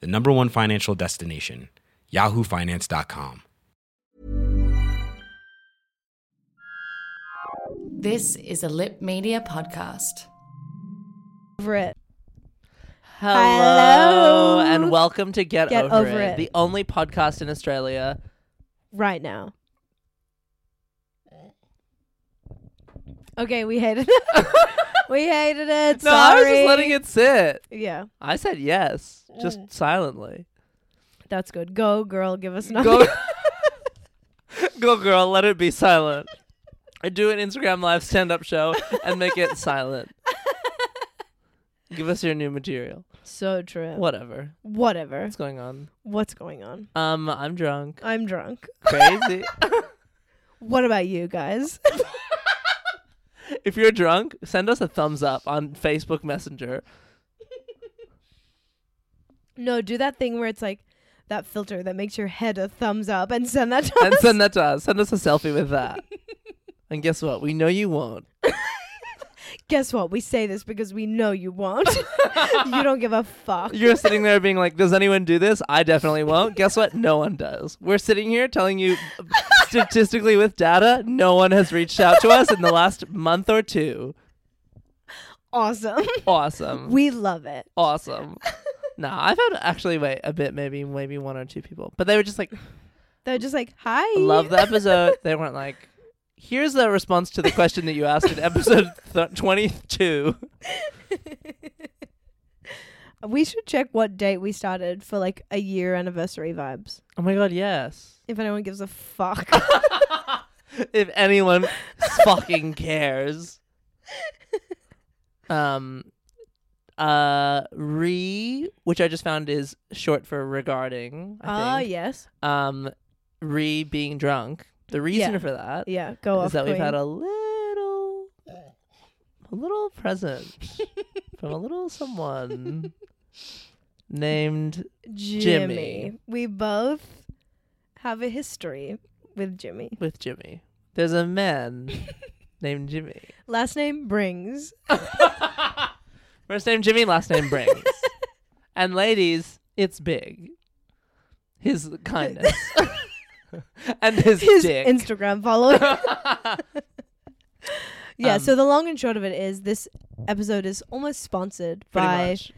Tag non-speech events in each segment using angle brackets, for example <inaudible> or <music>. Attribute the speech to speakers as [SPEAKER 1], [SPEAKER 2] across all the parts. [SPEAKER 1] the number one financial destination, yahoofinance.com.
[SPEAKER 2] This is a Lip Media podcast.
[SPEAKER 3] over it.
[SPEAKER 4] Hello,
[SPEAKER 3] Hello.
[SPEAKER 4] and welcome to Get,
[SPEAKER 3] Get
[SPEAKER 4] Over,
[SPEAKER 3] Over
[SPEAKER 4] it,
[SPEAKER 3] It.
[SPEAKER 4] the only podcast in Australia.
[SPEAKER 3] right now. Okay, we hated
[SPEAKER 4] <laughs>
[SPEAKER 3] it. we hated it.
[SPEAKER 4] No,
[SPEAKER 3] Sorry.
[SPEAKER 4] I was just letting it sit. Mm.
[SPEAKER 3] Yeah,
[SPEAKER 4] I said yes, just silently.
[SPEAKER 3] that's good. Go, girl. Give us nothing.
[SPEAKER 4] <laughs> Go, go, girl. Let it be silent. I do an Instagram live stand-up show and make <laughs> it silent. Give us your new material.
[SPEAKER 3] <laughs> so true.
[SPEAKER 4] Whatever.
[SPEAKER 3] Whatever.
[SPEAKER 4] What's going on?
[SPEAKER 3] What's going on?
[SPEAKER 4] Um, I'm drunk.
[SPEAKER 3] I'm drunk.
[SPEAKER 4] <laughs> Crazy.
[SPEAKER 3] What about you guys? <laughs>
[SPEAKER 4] if you're drunk, send us a thumbs up on Facebook Messenger.
[SPEAKER 3] no, do that thing where it's like that filter that makes your head a thumbs up and send that to
[SPEAKER 4] and
[SPEAKER 3] us.
[SPEAKER 4] send that to us. Send us a selfie with that. and guess what? We know you won't.
[SPEAKER 3] Guess what? We say this because we know you
[SPEAKER 4] <laughs>
[SPEAKER 3] won't. you don't give a fuck.
[SPEAKER 4] You're sitting there being like, "Does anyone do this?" I definitely won't. Guess what? No one does. We're sitting here telling you statistically with data, no one has reached out to us in the last month or two.
[SPEAKER 3] awesome. <laughs>
[SPEAKER 4] Awesome.
[SPEAKER 3] we love it.
[SPEAKER 4] awesome. Nah, I've had actually wait a bit, maybe maybe one or two people, but they were <laughs> just like,
[SPEAKER 3] They're just like, hi.
[SPEAKER 4] "Love the episode." They weren't like, "Here's the response to the question that you asked in episode th- 22."
[SPEAKER 3] We should check what date we started for like a year anniversary vibes.
[SPEAKER 4] Oh my god, yes.
[SPEAKER 3] If anyone gives a
[SPEAKER 4] <laughs>
[SPEAKER 3] fuck.
[SPEAKER 4] if anyone
[SPEAKER 3] <laughs>
[SPEAKER 4] fucking cares. Um uh re which I just found is short for regarding,
[SPEAKER 3] Ah,
[SPEAKER 4] I think.
[SPEAKER 3] yes.
[SPEAKER 4] Um re being drunk. The reason
[SPEAKER 3] Yeah.
[SPEAKER 4] for that is
[SPEAKER 3] Yeah, go off.
[SPEAKER 4] that we've
[SPEAKER 3] queen.
[SPEAKER 4] had a little a little present
[SPEAKER 3] <laughs>
[SPEAKER 4] from a little someone named Jimmy.
[SPEAKER 3] We both have a history with Jimmy.
[SPEAKER 4] with Jimmy. There's
[SPEAKER 3] <laughs>
[SPEAKER 4] a man named Jimmy.
[SPEAKER 3] Last name Brings.
[SPEAKER 4] First name Jimmy, last name Briggs.
[SPEAKER 3] <laughs>
[SPEAKER 4] and ladies, it's big. His kindness.
[SPEAKER 3] <laughs>
[SPEAKER 4] and his,
[SPEAKER 3] His
[SPEAKER 4] dick.
[SPEAKER 3] Instagram
[SPEAKER 4] <laughs>
[SPEAKER 3] follower. yeah,
[SPEAKER 4] Um,
[SPEAKER 3] so the long and short of it is this episode is almost sponsored
[SPEAKER 4] Pretty
[SPEAKER 3] by
[SPEAKER 4] much.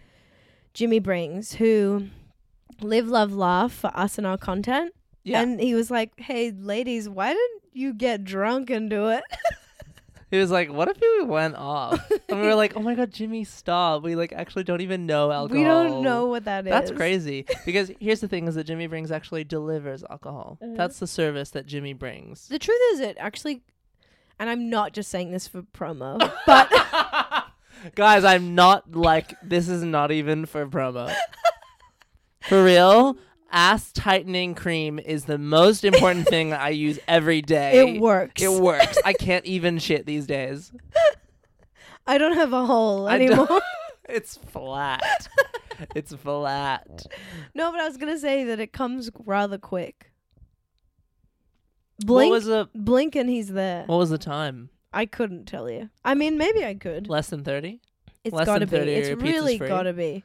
[SPEAKER 3] Jimmy Brings, who live, love, laugh for us and our content.
[SPEAKER 4] Yeah.
[SPEAKER 3] And he was like, hey, ladies, why didn't you get drunk and do it? <laughs>
[SPEAKER 4] he was like, What if we went off? And we were like, Oh my god, Jimmy, stop. We like actually don't even know alcohol.
[SPEAKER 3] We don't know what that is.
[SPEAKER 4] That's crazy. Because here's the thing is that Jimmy Brings actually delivers alcohol.
[SPEAKER 3] Uh-huh.
[SPEAKER 4] That's the service that Jimmy brings.
[SPEAKER 3] The truth is, it actually, and I'm not just saying this for promo, but
[SPEAKER 4] <laughs> Guys, I'm not like this is not even for promo. For real, ass tightening cream is the
[SPEAKER 3] <laughs>
[SPEAKER 4] most important thing <laughs> I use every day.
[SPEAKER 3] it works.
[SPEAKER 4] It works. I can't even shit these days.
[SPEAKER 3] I don't have a hole
[SPEAKER 4] I don't- <laughs>
[SPEAKER 3] anymore.
[SPEAKER 4] It's flat. It's flat.
[SPEAKER 3] <laughs> no, but I was gonna say that it comes rather quick.
[SPEAKER 4] What
[SPEAKER 3] Blink,
[SPEAKER 4] was the
[SPEAKER 3] blink, and he's there.
[SPEAKER 4] what was the time?
[SPEAKER 3] I couldn't tell you. I mean, maybe I could.
[SPEAKER 4] Less than thirty?
[SPEAKER 3] It's
[SPEAKER 4] Less
[SPEAKER 3] gotta
[SPEAKER 4] than 30
[SPEAKER 3] be. It's
[SPEAKER 4] or your pizza's
[SPEAKER 3] really
[SPEAKER 4] free.
[SPEAKER 3] gotta be.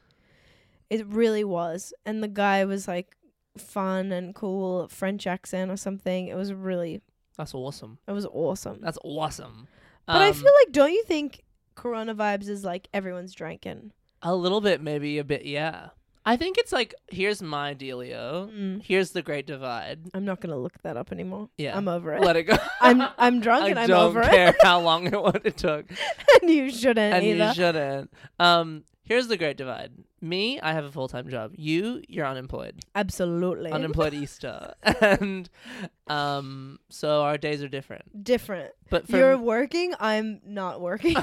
[SPEAKER 3] It really was. And the guy was like fun and cool, French accent or something. It was really,
[SPEAKER 4] That's awesome.
[SPEAKER 3] it was awesome.
[SPEAKER 4] That's awesome.
[SPEAKER 3] but I
[SPEAKER 4] Um,
[SPEAKER 3] feel like, don't you think Corona vibes is like everyone's drinking?
[SPEAKER 4] A little bit, maybe a bit, yeah. I think it's like here's my dealio.
[SPEAKER 3] Mm.
[SPEAKER 4] Here's the great
[SPEAKER 3] <laughs>
[SPEAKER 4] divide.
[SPEAKER 3] I'm not gonna look that up anymore.
[SPEAKER 4] Yeah.
[SPEAKER 3] I'm over it.
[SPEAKER 4] Let it go.
[SPEAKER 3] <laughs> I'm I'm drunk
[SPEAKER 4] I
[SPEAKER 3] and I'm
[SPEAKER 4] don't
[SPEAKER 3] over
[SPEAKER 4] care how long <laughs> it, what it took,
[SPEAKER 3] it, <laughs> and you shouldn't
[SPEAKER 4] and
[SPEAKER 3] either.
[SPEAKER 4] you shouldn't. Um, here's the great divide. Me, I have a full time job. You, you're unemployed.
[SPEAKER 3] Absolutely,
[SPEAKER 4] Unemployed Easter, and um, so our days are different.
[SPEAKER 3] different.
[SPEAKER 4] But for <laughs>
[SPEAKER 3] You're working. I'm not working.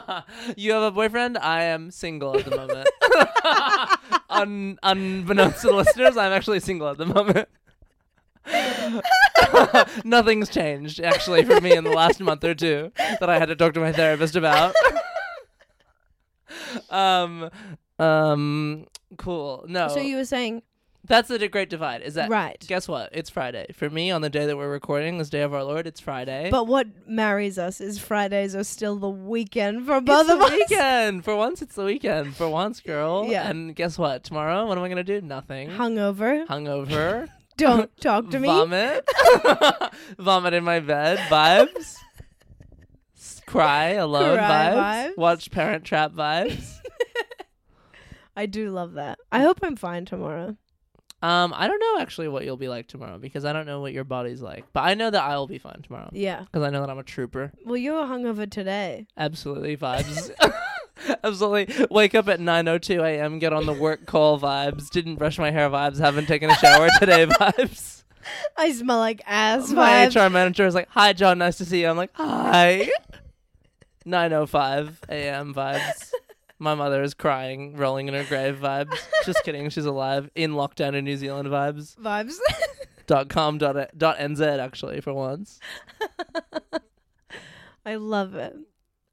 [SPEAKER 3] <laughs>
[SPEAKER 4] you have a boyfriend. I am single at the moment. un- unbeknownst to the listeners, I'm actually single at the moment. <laughs> Nothing's changed actually for me in the last month or two that I had to talk to my therapist about. Um, um, cool. No,
[SPEAKER 3] So you were saying,
[SPEAKER 4] that's the great divide. Is Oh. that
[SPEAKER 3] right.
[SPEAKER 4] Guess what? It's Friday for me. On the day that we're recording, this day of our Lord, it's Friday.
[SPEAKER 3] But what marries us is Fridays are still the weekend for
[SPEAKER 4] it's
[SPEAKER 3] both
[SPEAKER 4] the
[SPEAKER 3] of us. <laughs>
[SPEAKER 4] weekend. For once, it's the weekend. For once, girl.
[SPEAKER 3] Yeah.
[SPEAKER 4] And guess what? Tomorrow, what am I gonna do? Nothing.
[SPEAKER 3] Hungover.
[SPEAKER 4] Hungover.
[SPEAKER 3] Don't talk <laughs> to me.
[SPEAKER 4] Vomit. <laughs> Vomit in my
[SPEAKER 3] <laughs>
[SPEAKER 4] bed. Vibes. S- Cry alone
[SPEAKER 3] Cry
[SPEAKER 4] vibes.
[SPEAKER 3] vibes.
[SPEAKER 4] Watch Parent Trap vibes.
[SPEAKER 3] I do love that. I hope I'm fine tomorrow.
[SPEAKER 4] um, I don't know actually what you'll be like tomorrow because I don't know what your body's like. But I know that I'll be fine tomorrow
[SPEAKER 3] Yeah.
[SPEAKER 4] because I know that I'm a trooper.
[SPEAKER 3] Well, you were hungover today.
[SPEAKER 4] Absolutely vibes. <laughs> Absolutely. Wake up at 9:02 a.m. Get on the work call vibes. Didn't brush my hair vibes. Haven't taken a shower <laughs> today vibes.
[SPEAKER 3] I smell like ass
[SPEAKER 4] My
[SPEAKER 3] vibes.
[SPEAKER 4] HR manager is like, "Hi, John. Nice to see you." I'm like, <laughs> "Hi." 9:05 a.m. vibes. My mother is crying, rolling in her grave vibes. Just kidding. She's alive. In lockdown in New Zealand vibes.
[SPEAKER 3] vibes. <laughs>
[SPEAKER 4] Dot com. Dot, e, dot nz actually for once.
[SPEAKER 3] I love it.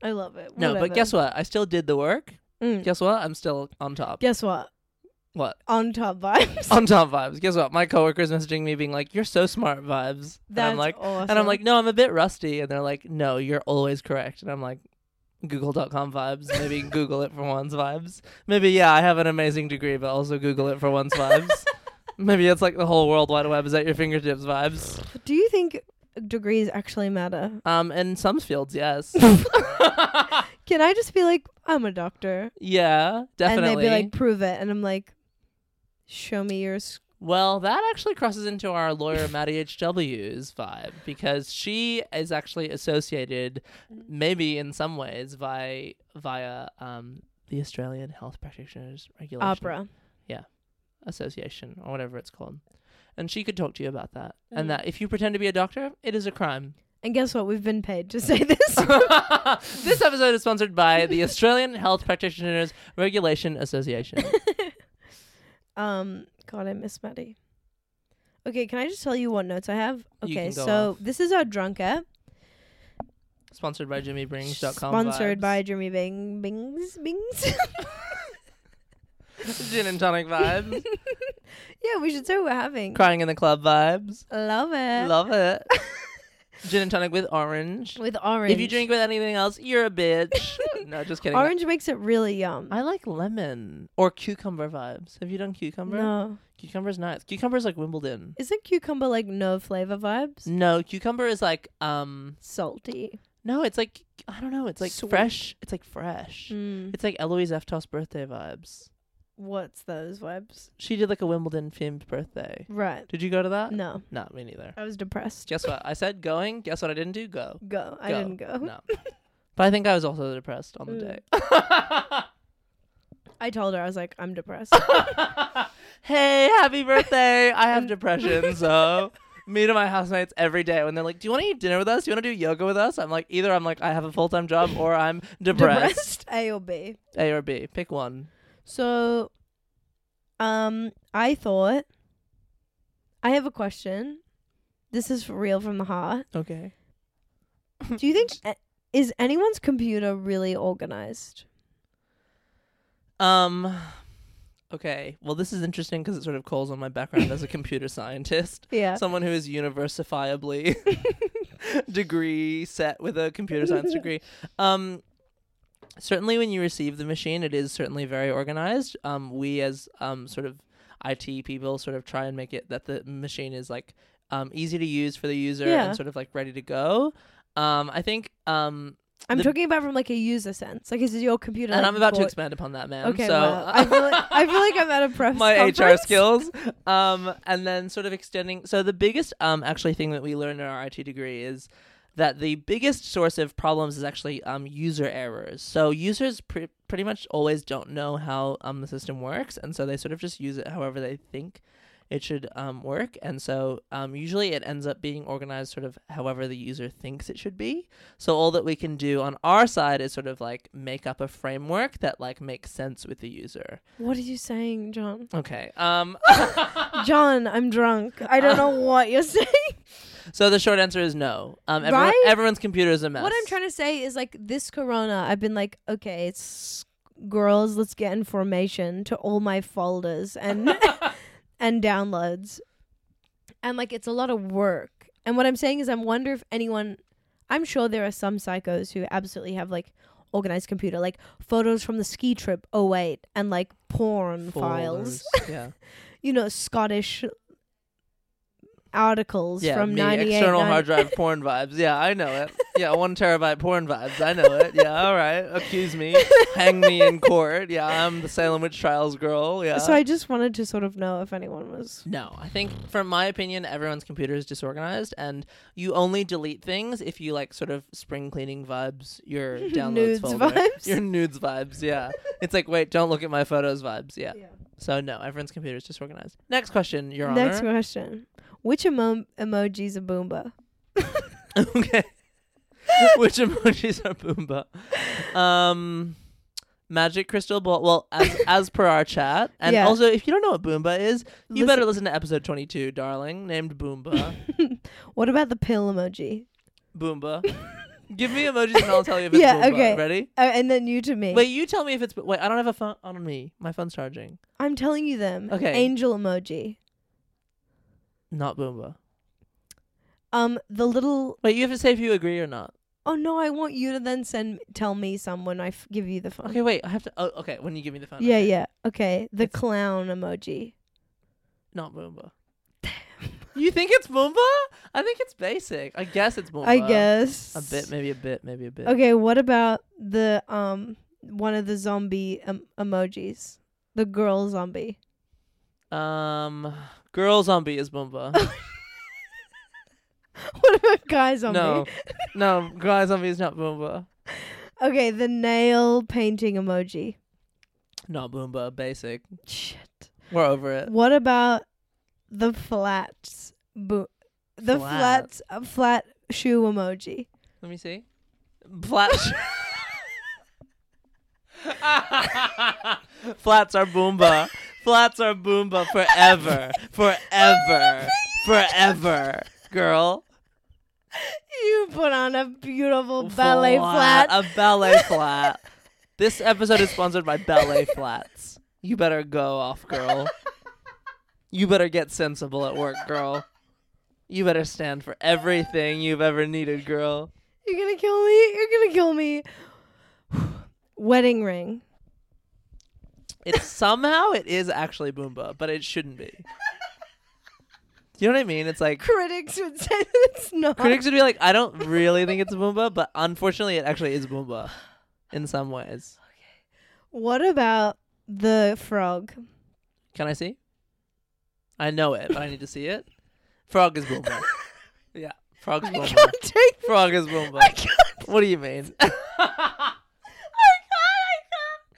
[SPEAKER 3] I love it.
[SPEAKER 4] No, but guess what? I still did the work.
[SPEAKER 3] Mm.
[SPEAKER 4] Guess what? I'm still on top.
[SPEAKER 3] Guess what?
[SPEAKER 4] What?
[SPEAKER 3] On top vibes.
[SPEAKER 4] <laughs> on top vibes. Guess what? My coworkers messaging me being like, "You're so smart vibes," and
[SPEAKER 3] That's
[SPEAKER 4] I'm like,
[SPEAKER 3] awesome.
[SPEAKER 4] and I'm
[SPEAKER 3] <laughs>
[SPEAKER 4] like, "No, I'm a bit rusty," and they're like, "No, you're always correct," and I'm like, "Google.com vibes.
[SPEAKER 3] <laughs>
[SPEAKER 4] Maybe Google it for once vibes. Maybe yeah, I have an amazing degree, but also Google it for once vibes.
[SPEAKER 3] <laughs>
[SPEAKER 4] Maybe it's like the whole world wide web is at your fingertips vibes.
[SPEAKER 3] <laughs> do you think degrees actually matter?
[SPEAKER 4] Um, in some
[SPEAKER 3] <laughs>
[SPEAKER 4] fields, yes, <laughs>
[SPEAKER 3] Can I just be like, I'm a doctor,
[SPEAKER 4] yeah, definitely.
[SPEAKER 3] and they'd be like, prove it, and I'm like, show me your. s-
[SPEAKER 4] Well, that actually crosses into our lawyer Maddie H.W.'s vibe because she is actually associated, maybe in some ways, by via um, the Australian Health Practitioners Regulation
[SPEAKER 3] Opera.
[SPEAKER 4] Association or whatever it's called, and she could talk to you about that.
[SPEAKER 3] Mm.
[SPEAKER 4] And that if you pretend to be a doctor, it is
[SPEAKER 3] <laughs>
[SPEAKER 4] a crime.
[SPEAKER 3] And guess what? We've been paid to <laughs> say this.
[SPEAKER 4] <laughs> this episode is sponsored by the Australian Health Practitioners Regulation
[SPEAKER 3] <laughs>
[SPEAKER 4] Association.
[SPEAKER 3] um, God, I miss Maddie. Okay, can I just tell you what notes I have?
[SPEAKER 4] You
[SPEAKER 3] Okay,
[SPEAKER 4] can go
[SPEAKER 3] so
[SPEAKER 4] off.
[SPEAKER 3] this is our drunk app,
[SPEAKER 4] sponsored by JimmyBrings.com.
[SPEAKER 3] sponsored
[SPEAKER 4] vibes.
[SPEAKER 3] by Jimmy Bing Bings Bings.
[SPEAKER 4] Gin and Tonic vibes.
[SPEAKER 3] <laughs> yeah, we should say what we're having.
[SPEAKER 4] Crying in the club vibes.
[SPEAKER 3] Love it.
[SPEAKER 4] Love it. Gin and tonic with orange.
[SPEAKER 3] <laughs> with orange.
[SPEAKER 4] If you drink with anything else, you're
[SPEAKER 3] <laughs>
[SPEAKER 4] a bitch. no, just kidding.
[SPEAKER 3] orange, makes it really yum.
[SPEAKER 4] I like lemon or cucumber vibes. Have you done cucumber?
[SPEAKER 3] no,
[SPEAKER 4] Cucumber's nice. Cucumber's like Wimbledon.
[SPEAKER 3] isn't cucumber like no flavor vibes?
[SPEAKER 4] No, cucumber is like um
[SPEAKER 3] Salty.
[SPEAKER 4] no, it's like I don't know, it's like
[SPEAKER 3] Sweet.
[SPEAKER 4] fresh. It's like fresh.
[SPEAKER 3] Mm.
[SPEAKER 4] It's like Eloise Eftos birthday vibes.
[SPEAKER 3] What's those vibes?
[SPEAKER 4] She did like a Wimbledon themed birthday.
[SPEAKER 3] Right.
[SPEAKER 4] Did you go to that?
[SPEAKER 3] No,
[SPEAKER 4] Not me neither.
[SPEAKER 3] Uh, I was depressed.
[SPEAKER 4] Guess what? I said going. Guess what I didn't do? Go.
[SPEAKER 3] <laughs> Go. I
[SPEAKER 4] Go.
[SPEAKER 3] didn't go.
[SPEAKER 4] No. But I think I was also depressed on the
[SPEAKER 3] Mm. <laughs>
[SPEAKER 4] day.
[SPEAKER 3] I told her I was like, I'm depressed.
[SPEAKER 4] <laughs> hey, happy birthday. I have depression, so me to my housemates every day when they're like, Do you want to eat dinner with us? Do you want to do yoga with us? I'm like, either I'm like I have a full time job or I'm
[SPEAKER 3] <laughs>
[SPEAKER 4] depressed.
[SPEAKER 3] depressed. A or B.
[SPEAKER 4] A or B. Pick one.
[SPEAKER 3] So, um, I thought I have a question. This is real from the heart.
[SPEAKER 4] Okay.
[SPEAKER 3] Do you think a- is anyone's computer really organized?
[SPEAKER 4] <laughs> Um Okay. Well this is interesting because it sort of calls on my background as a computer scientist.
[SPEAKER 3] Yeah.
[SPEAKER 4] someone who
[SPEAKER 3] <laughs>
[SPEAKER 4] is universifiably degree set with a computer science degree. Um, certainly, when you receive the machine, it is certainly very organized. Um, we as um, sort of IT people sort of try and make it that the machine is like um, easy to use for the user
[SPEAKER 3] Yeah.
[SPEAKER 4] and sort of like ready to go. Um, I think, um,
[SPEAKER 3] I'm
[SPEAKER 4] the-
[SPEAKER 3] talking about from like a user sense. Like, is your computer?
[SPEAKER 4] and
[SPEAKER 3] like,
[SPEAKER 4] I'm about to
[SPEAKER 3] bought-
[SPEAKER 4] expand upon that, man.
[SPEAKER 3] Okay.
[SPEAKER 4] so
[SPEAKER 3] wow. I feel like I
[SPEAKER 4] <laughs>
[SPEAKER 3] feel like I'm <laughs> at a press.
[SPEAKER 4] my HR
[SPEAKER 3] conference.
[SPEAKER 4] skills. Um, and then sort of extending. So the biggest um actually thing that we learn in our IT degree is that the biggest source of problems is actually um user errors. So users pre- pretty much always don't know how um the system works, and so they sort of just use it however they think it should um, work. And so um, usually it ends up being organized sort of however the user thinks it should be. So all that we can do on our side is sort of like make up a framework that like makes sense with the user.
[SPEAKER 3] What are you saying, John?
[SPEAKER 4] Okay. Um,
[SPEAKER 3] John, I'm drunk. I don't know what you're saying.
[SPEAKER 4] so the short answer is no. Um, everyone,
[SPEAKER 3] Right?
[SPEAKER 4] Everyone's computer is a mess.
[SPEAKER 3] What I'm trying to say is like this corona, I've been like, okay, it's girls, let's get information to all my folders and <laughs> and downloads. And like it's a lot of work. And what I'm saying is I wonder if anyone I'm sure there are some psychos who absolutely have like organized computer, like photos from the ski trip, oh wait, and like porn files.
[SPEAKER 4] Folders, <laughs> yeah.
[SPEAKER 3] You know, Scottish articles
[SPEAKER 4] yeah,
[SPEAKER 3] from
[SPEAKER 4] me,
[SPEAKER 3] 98
[SPEAKER 4] external
[SPEAKER 3] 90
[SPEAKER 4] hard drive porn vibes. Yeah, I know it. Yeah, one terabyte porn vibes. I know it. Yeah, all right. Accuse me, hang me
[SPEAKER 3] <laughs>
[SPEAKER 4] in court. Yeah, I'm the Salem witch trials girl. Yeah.
[SPEAKER 3] So I just wanted to sort of know if anyone was
[SPEAKER 4] no, I think, from my opinion, everyone's computer is disorganized, and you only delete things if you like sort of spring cleaning vibes.
[SPEAKER 3] <laughs>
[SPEAKER 4] Your downloads
[SPEAKER 3] Nudes
[SPEAKER 4] folder.
[SPEAKER 3] vibes?
[SPEAKER 4] Your nudes
[SPEAKER 3] <laughs>
[SPEAKER 4] vibes. Yeah, it's like wait, don't look at my photos vibes. Yeah.
[SPEAKER 3] Yeah.
[SPEAKER 4] So no, everyone's computer is disorganized. Next question, Your Honor.
[SPEAKER 3] Next question. Which emo- emoji's a boomba?
[SPEAKER 4] <laughs> okay. <laughs> Which emojis are Boomba? Um, magic crystal ball. Well, as, as per
[SPEAKER 3] <laughs>
[SPEAKER 4] our chat, and
[SPEAKER 3] Yeah.
[SPEAKER 4] also if you don't know what Boomba is, you
[SPEAKER 3] Listen-
[SPEAKER 4] better listen to episode twenty-two, darling,
[SPEAKER 3] <laughs>
[SPEAKER 4] named Boomba.
[SPEAKER 3] What about the pill emoji?
[SPEAKER 4] Boomba. Give me emojis and I'll tell you if it's
[SPEAKER 3] Yeah,
[SPEAKER 4] Boomba.
[SPEAKER 3] okay.
[SPEAKER 4] Ready?
[SPEAKER 3] Uh, and then you to me.
[SPEAKER 4] Wait, you tell me if it's. Wait, I don't have a phone on me. My phone's charging.
[SPEAKER 3] I'm telling you them.
[SPEAKER 4] Okay.
[SPEAKER 3] Angel emoji.
[SPEAKER 4] Not Boomba.
[SPEAKER 3] Um, the little.
[SPEAKER 4] Wait, you have to say if you agree or not.
[SPEAKER 3] Oh no, I want you to then send tell me some when I f- give you the phone.
[SPEAKER 4] Okay, wait. I have to. Oh, okay. When you give me the phone.
[SPEAKER 3] Yeah,
[SPEAKER 4] okay.
[SPEAKER 3] yeah. Okay, the
[SPEAKER 4] It's-
[SPEAKER 3] clown emoji.
[SPEAKER 4] Not Boomba. You think it's Boomba? I think it's basic. I guess it's Boomba.
[SPEAKER 3] I guess.
[SPEAKER 4] uh, A bit, maybe a bit, maybe a bit.
[SPEAKER 3] Okay, what about the um one of the zombie em- emojis? The girl zombie.
[SPEAKER 4] Um, girl zombie
[SPEAKER 3] <laughs>
[SPEAKER 4] is Boomba.
[SPEAKER 3] what about guy zombie?
[SPEAKER 4] no, no, guy zombie is not Boomba.
[SPEAKER 3] <laughs> Okay, the nail painting emoji.
[SPEAKER 4] Not Boomba. Basic.
[SPEAKER 3] Shit.
[SPEAKER 4] We're over it.
[SPEAKER 3] What about the flats? Bo- the
[SPEAKER 4] Flat.
[SPEAKER 3] flats, uh, flat shoe emoji.
[SPEAKER 4] Let me see. Flats. <laughs> Flats are Boomba. Flats are Boomba forever, forever, forever, girl.
[SPEAKER 3] You put on a beautiful ballet
[SPEAKER 4] Flat,
[SPEAKER 3] flat. <laughs>
[SPEAKER 4] A ballet flat. this episode is sponsored by Ballet Flats. You better go off, girl. You better get sensible at work, girl. You better stand for everything you've ever needed, girl.
[SPEAKER 3] You're gonna kill me. You're gonna kill me. <sighs> Wedding ring.
[SPEAKER 4] It's somehow it is actually Boomba, but it shouldn't be. You know what I mean? It's like
[SPEAKER 3] Critics would say it's not.
[SPEAKER 4] critics would be like, I don't really think it's Boomba, but unfortunately, it actually is Boomba in some ways.
[SPEAKER 3] What about the frog?
[SPEAKER 4] Can I see? I know it, but I need to see it. Frog is
[SPEAKER 3] <laughs>
[SPEAKER 4] Boomba. yeah, frog is
[SPEAKER 3] I
[SPEAKER 4] Boomba.
[SPEAKER 3] can't take.
[SPEAKER 4] Frog is Boomba.
[SPEAKER 3] I can't.
[SPEAKER 4] What do
[SPEAKER 3] <laughs>
[SPEAKER 4] you mean?
[SPEAKER 3] I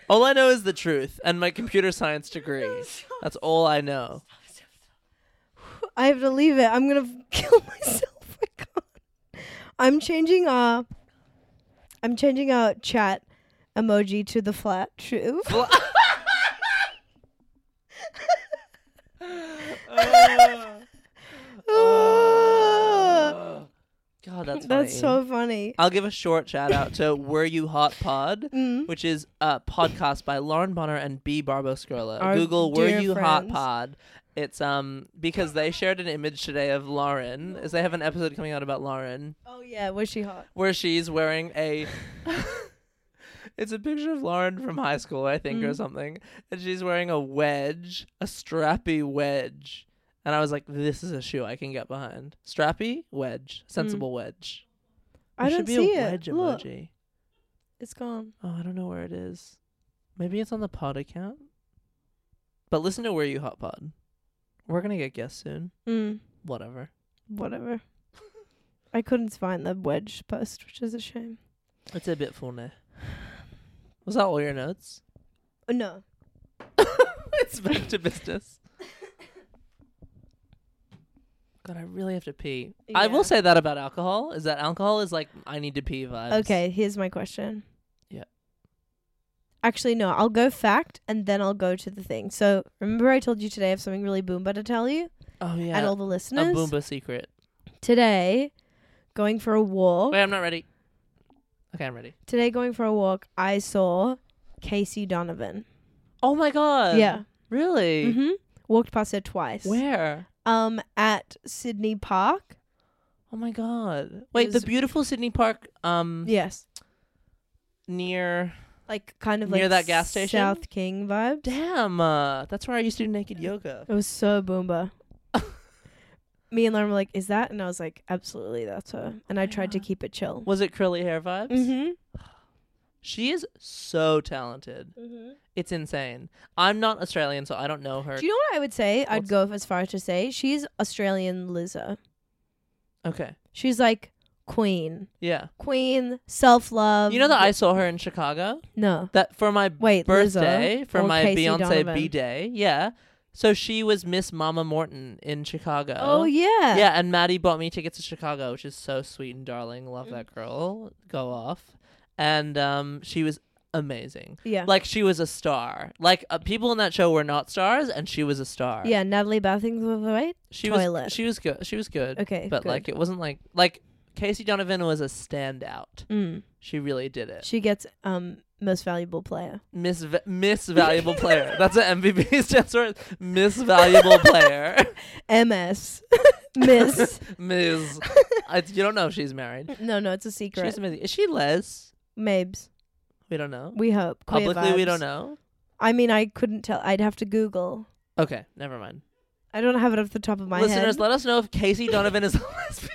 [SPEAKER 4] all I know is the truth and my computer
[SPEAKER 3] <laughs>
[SPEAKER 4] science degree. That's all I know.
[SPEAKER 3] can't. I have to leave it. I'm gonna f- <laughs> kill myself. I can't. I'm changing uh I'm changing our chat emoji to the flat shoe. <laughs>
[SPEAKER 4] <laughs> Oh. God, that's funny.
[SPEAKER 3] That's so funny. Uh,
[SPEAKER 4] I'll give a short shout out to Were You Hot
[SPEAKER 3] <laughs>
[SPEAKER 4] Pod,
[SPEAKER 3] Mm-hmm.
[SPEAKER 4] which is a podcast by Lauren Bonner and B Barboscrola.
[SPEAKER 3] Our
[SPEAKER 4] Google Were
[SPEAKER 3] dear
[SPEAKER 4] You Hot
[SPEAKER 3] friends.
[SPEAKER 4] Pod. It's um because they shared an image today of
[SPEAKER 3] <gasps>
[SPEAKER 4] Lauren, as they have an episode coming out about Lauren,
[SPEAKER 3] Oh yeah, was she hot?
[SPEAKER 4] where she's wearing
[SPEAKER 3] <laughs>
[SPEAKER 4] a. it's a picture of Lauren from high school, I think,
[SPEAKER 3] Mm-hmm.
[SPEAKER 4] or something, and she's wearing a wedge, a strappy wedge, and I was like, "This is a shoe I can get behind." Strappy wedge, sensible wedge.
[SPEAKER 3] Mm. I
[SPEAKER 4] There
[SPEAKER 3] don't
[SPEAKER 4] should be
[SPEAKER 3] see
[SPEAKER 4] a
[SPEAKER 3] it.
[SPEAKER 4] wedge
[SPEAKER 3] Look,
[SPEAKER 4] emoji.
[SPEAKER 3] it's gone.
[SPEAKER 4] Oh, I don't know where it is. Maybe it's on the pod account. But listen to Where You Hot Pod. We're gonna get guests soon.
[SPEAKER 3] Mm,
[SPEAKER 4] Whatever.
[SPEAKER 3] <laughs> whatever. I couldn't find the wedge post, which is a shame.
[SPEAKER 4] It's a bit funny. Was that all your notes?
[SPEAKER 3] Oh, no.
[SPEAKER 4] <laughs> it's back to business. God, I really have to pee. I
[SPEAKER 3] Yeah.
[SPEAKER 4] will say that about alcohol is that alcohol is like I need to pee vibes.
[SPEAKER 3] Okay, here's my question.
[SPEAKER 4] Yeah.
[SPEAKER 3] Actually, no, I'll go fact and then I'll go to the thing. So remember, I told you today I have something really boomba to tell you
[SPEAKER 4] Oh
[SPEAKER 3] and
[SPEAKER 4] yeah.
[SPEAKER 3] all the
[SPEAKER 4] A
[SPEAKER 3] listeners.
[SPEAKER 4] boomba secret.
[SPEAKER 3] Today, going for a walk.
[SPEAKER 4] Wait, I'm not ready. Okay, I'm ready.
[SPEAKER 3] Today, going for a walk, I saw Casey Donovan.
[SPEAKER 4] Oh my god.
[SPEAKER 3] yeah.
[SPEAKER 4] Really?
[SPEAKER 3] Mm-hmm. Walked past her twice.
[SPEAKER 4] Where?
[SPEAKER 3] Um, at Sydney Park.
[SPEAKER 4] Oh my god. Wait, the
[SPEAKER 3] was-
[SPEAKER 4] beautiful Sydney Park um
[SPEAKER 3] Yes.
[SPEAKER 4] near
[SPEAKER 3] Like kind of like
[SPEAKER 4] Near that gas station?
[SPEAKER 3] South King vibe.
[SPEAKER 4] Damn, uh, that's where I used to do naked yoga.
[SPEAKER 3] It was so boomba. Me and Lauren were like, "Is that?" And I was like, "Absolutely, that's her." And I tried to keep it chill.
[SPEAKER 4] Was it curly hair vibes?
[SPEAKER 3] Mm-hmm.
[SPEAKER 4] She is so talented. It's insane. I'm not Australian, so I don't know her.
[SPEAKER 3] Do you know what I would say? I'd
[SPEAKER 4] What's-
[SPEAKER 3] go as far as to say she's Australian Lizzo.
[SPEAKER 4] okay.
[SPEAKER 3] She's like queen,
[SPEAKER 4] Yeah.
[SPEAKER 3] queen, self love.
[SPEAKER 4] You know that I saw her in Chicago?
[SPEAKER 3] no.
[SPEAKER 4] That for my
[SPEAKER 3] Um, Wait,
[SPEAKER 4] birthday,
[SPEAKER 3] Lizzo
[SPEAKER 4] for
[SPEAKER 3] or
[SPEAKER 4] my
[SPEAKER 3] Casey
[SPEAKER 4] Beyonce
[SPEAKER 3] Donovan?
[SPEAKER 4] B day. Yeah. So she was Miss Mama Morton in Chicago.
[SPEAKER 3] Oh yeah.
[SPEAKER 4] Yeah, and Maddie bought me tickets to Chicago, which is so sweet and darling. Love
[SPEAKER 3] Mm.
[SPEAKER 4] that girl. Go off. And um, she was amazing.
[SPEAKER 3] Yeah.
[SPEAKER 4] Like she was a star. Like uh, people in that show were not stars, and she was a star.
[SPEAKER 3] yeah. Natalie Bathing's right.
[SPEAKER 4] she
[SPEAKER 3] toilet.
[SPEAKER 4] was. She was good. She was good.
[SPEAKER 3] Okay,
[SPEAKER 4] but
[SPEAKER 3] good.
[SPEAKER 4] like it wasn't like like Casey Donovan was a standout.
[SPEAKER 3] Mm.
[SPEAKER 4] She really did it.
[SPEAKER 3] She gets um most valuable player.
[SPEAKER 4] Miss v- Miss Valuable Player. <laughs> That's what MVP stands for.
[SPEAKER 3] <laughs>
[SPEAKER 4] Miss Valuable Player. <laughs>
[SPEAKER 3] MS <laughs> Miss.
[SPEAKER 4] Miss. I, you don't know if she's married.
[SPEAKER 3] no, no, it's a secret.
[SPEAKER 4] She's amazing. Is she Les?
[SPEAKER 3] Mabes.
[SPEAKER 4] We don't know.
[SPEAKER 3] We hope. Queer
[SPEAKER 4] Publicly, we don't
[SPEAKER 3] vibes.
[SPEAKER 4] know.
[SPEAKER 3] I mean, I couldn't tell. I'd have to Google.
[SPEAKER 4] Okay, never mind.
[SPEAKER 3] I don't have it off the top of my
[SPEAKER 4] Listeners,
[SPEAKER 3] head.
[SPEAKER 4] let us know if Casey Donovan is <laughs> a lesbian.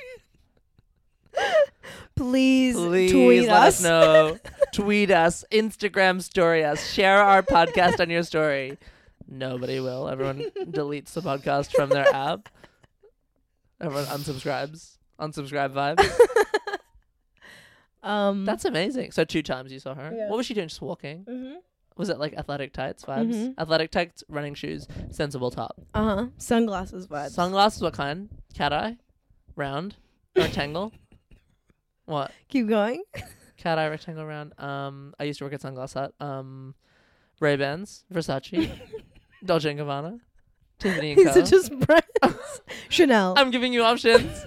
[SPEAKER 3] please,
[SPEAKER 4] Please
[SPEAKER 3] tweet
[SPEAKER 4] let
[SPEAKER 3] us.
[SPEAKER 4] us,
[SPEAKER 3] <laughs>
[SPEAKER 4] know. Tweet us, Instagram story us, share our podcast on your story. Nobody
[SPEAKER 3] <laughs>
[SPEAKER 4] will. Everyone deletes the podcast from their app. Everyone unsubscribes. Unsubscribe vibes.
[SPEAKER 3] um,
[SPEAKER 4] That's amazing. So two times you saw her.
[SPEAKER 3] Yeah.
[SPEAKER 4] What was she doing? Just walking?
[SPEAKER 3] <laughs> mm-hmm.
[SPEAKER 4] Was it like athletic tights vibes?
[SPEAKER 3] Mhm.
[SPEAKER 4] Athletic tights, running shoes, sensible top.
[SPEAKER 3] uh huh. Sunglasses vibes.
[SPEAKER 4] Sunglasses, what kind? Cat eye? Round?
[SPEAKER 3] <laughs>
[SPEAKER 4] Rectangle? what?
[SPEAKER 3] Keep going.
[SPEAKER 4] Cat eye, rectangle, round. Um, I used to work at Sunglass Hut. Um, Ray Bans,
[SPEAKER 3] <laughs>
[SPEAKER 4] Versace, Dolce and Gabbana, Tiffany and
[SPEAKER 3] These
[SPEAKER 4] Co.
[SPEAKER 3] are just
[SPEAKER 4] <laughs>
[SPEAKER 3] brands. Chanel.
[SPEAKER 4] I'm giving
[SPEAKER 3] <laughs>
[SPEAKER 4] you options.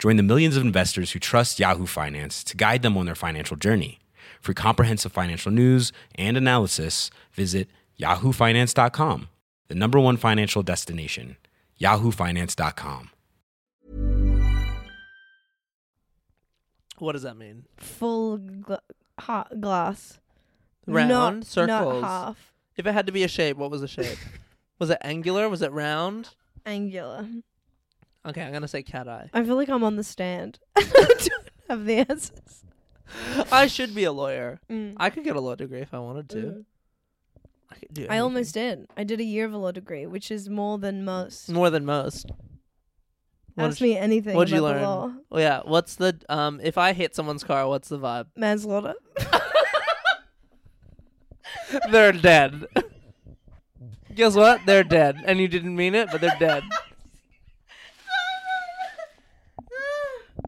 [SPEAKER 1] Join the millions of investors who trust Yahoo Finance to guide them on their financial journey. For comprehensive financial news and analysis, visit yahoofinance.com, the number one financial destination, yahoofinance.com.
[SPEAKER 4] what does that mean?
[SPEAKER 3] Full gla- ha- glass.
[SPEAKER 4] Round
[SPEAKER 3] Not- not
[SPEAKER 4] circles.
[SPEAKER 3] half.
[SPEAKER 4] If it had to be a shape, what was the shape? was it angular? Was it round?
[SPEAKER 3] Angular.
[SPEAKER 4] Okay, I'm gonna say cat eye.
[SPEAKER 3] I feel like I'm on the stand. <laughs> I don't have the answers.
[SPEAKER 4] <laughs> I should be a lawyer.
[SPEAKER 3] Mm.
[SPEAKER 4] I could get a law degree if I wanted to.
[SPEAKER 3] Mhm.
[SPEAKER 4] I could do.
[SPEAKER 3] I
[SPEAKER 4] anything.
[SPEAKER 3] almost did. I did a year of a law degree, which is more than most.
[SPEAKER 4] more than most. What
[SPEAKER 3] Ask
[SPEAKER 4] did-
[SPEAKER 3] me anything
[SPEAKER 4] what'd
[SPEAKER 3] about
[SPEAKER 4] you
[SPEAKER 3] the
[SPEAKER 4] learn?
[SPEAKER 3] law.
[SPEAKER 4] Oh, yeah. What's the um? If I hit someone's car, what's the vibe? <laughs>
[SPEAKER 3] Manslaughter. <laughs>
[SPEAKER 4] they're dead. <laughs> Guess what? They're dead, and you didn't mean it, but they're
[SPEAKER 3] <laughs>
[SPEAKER 4] dead.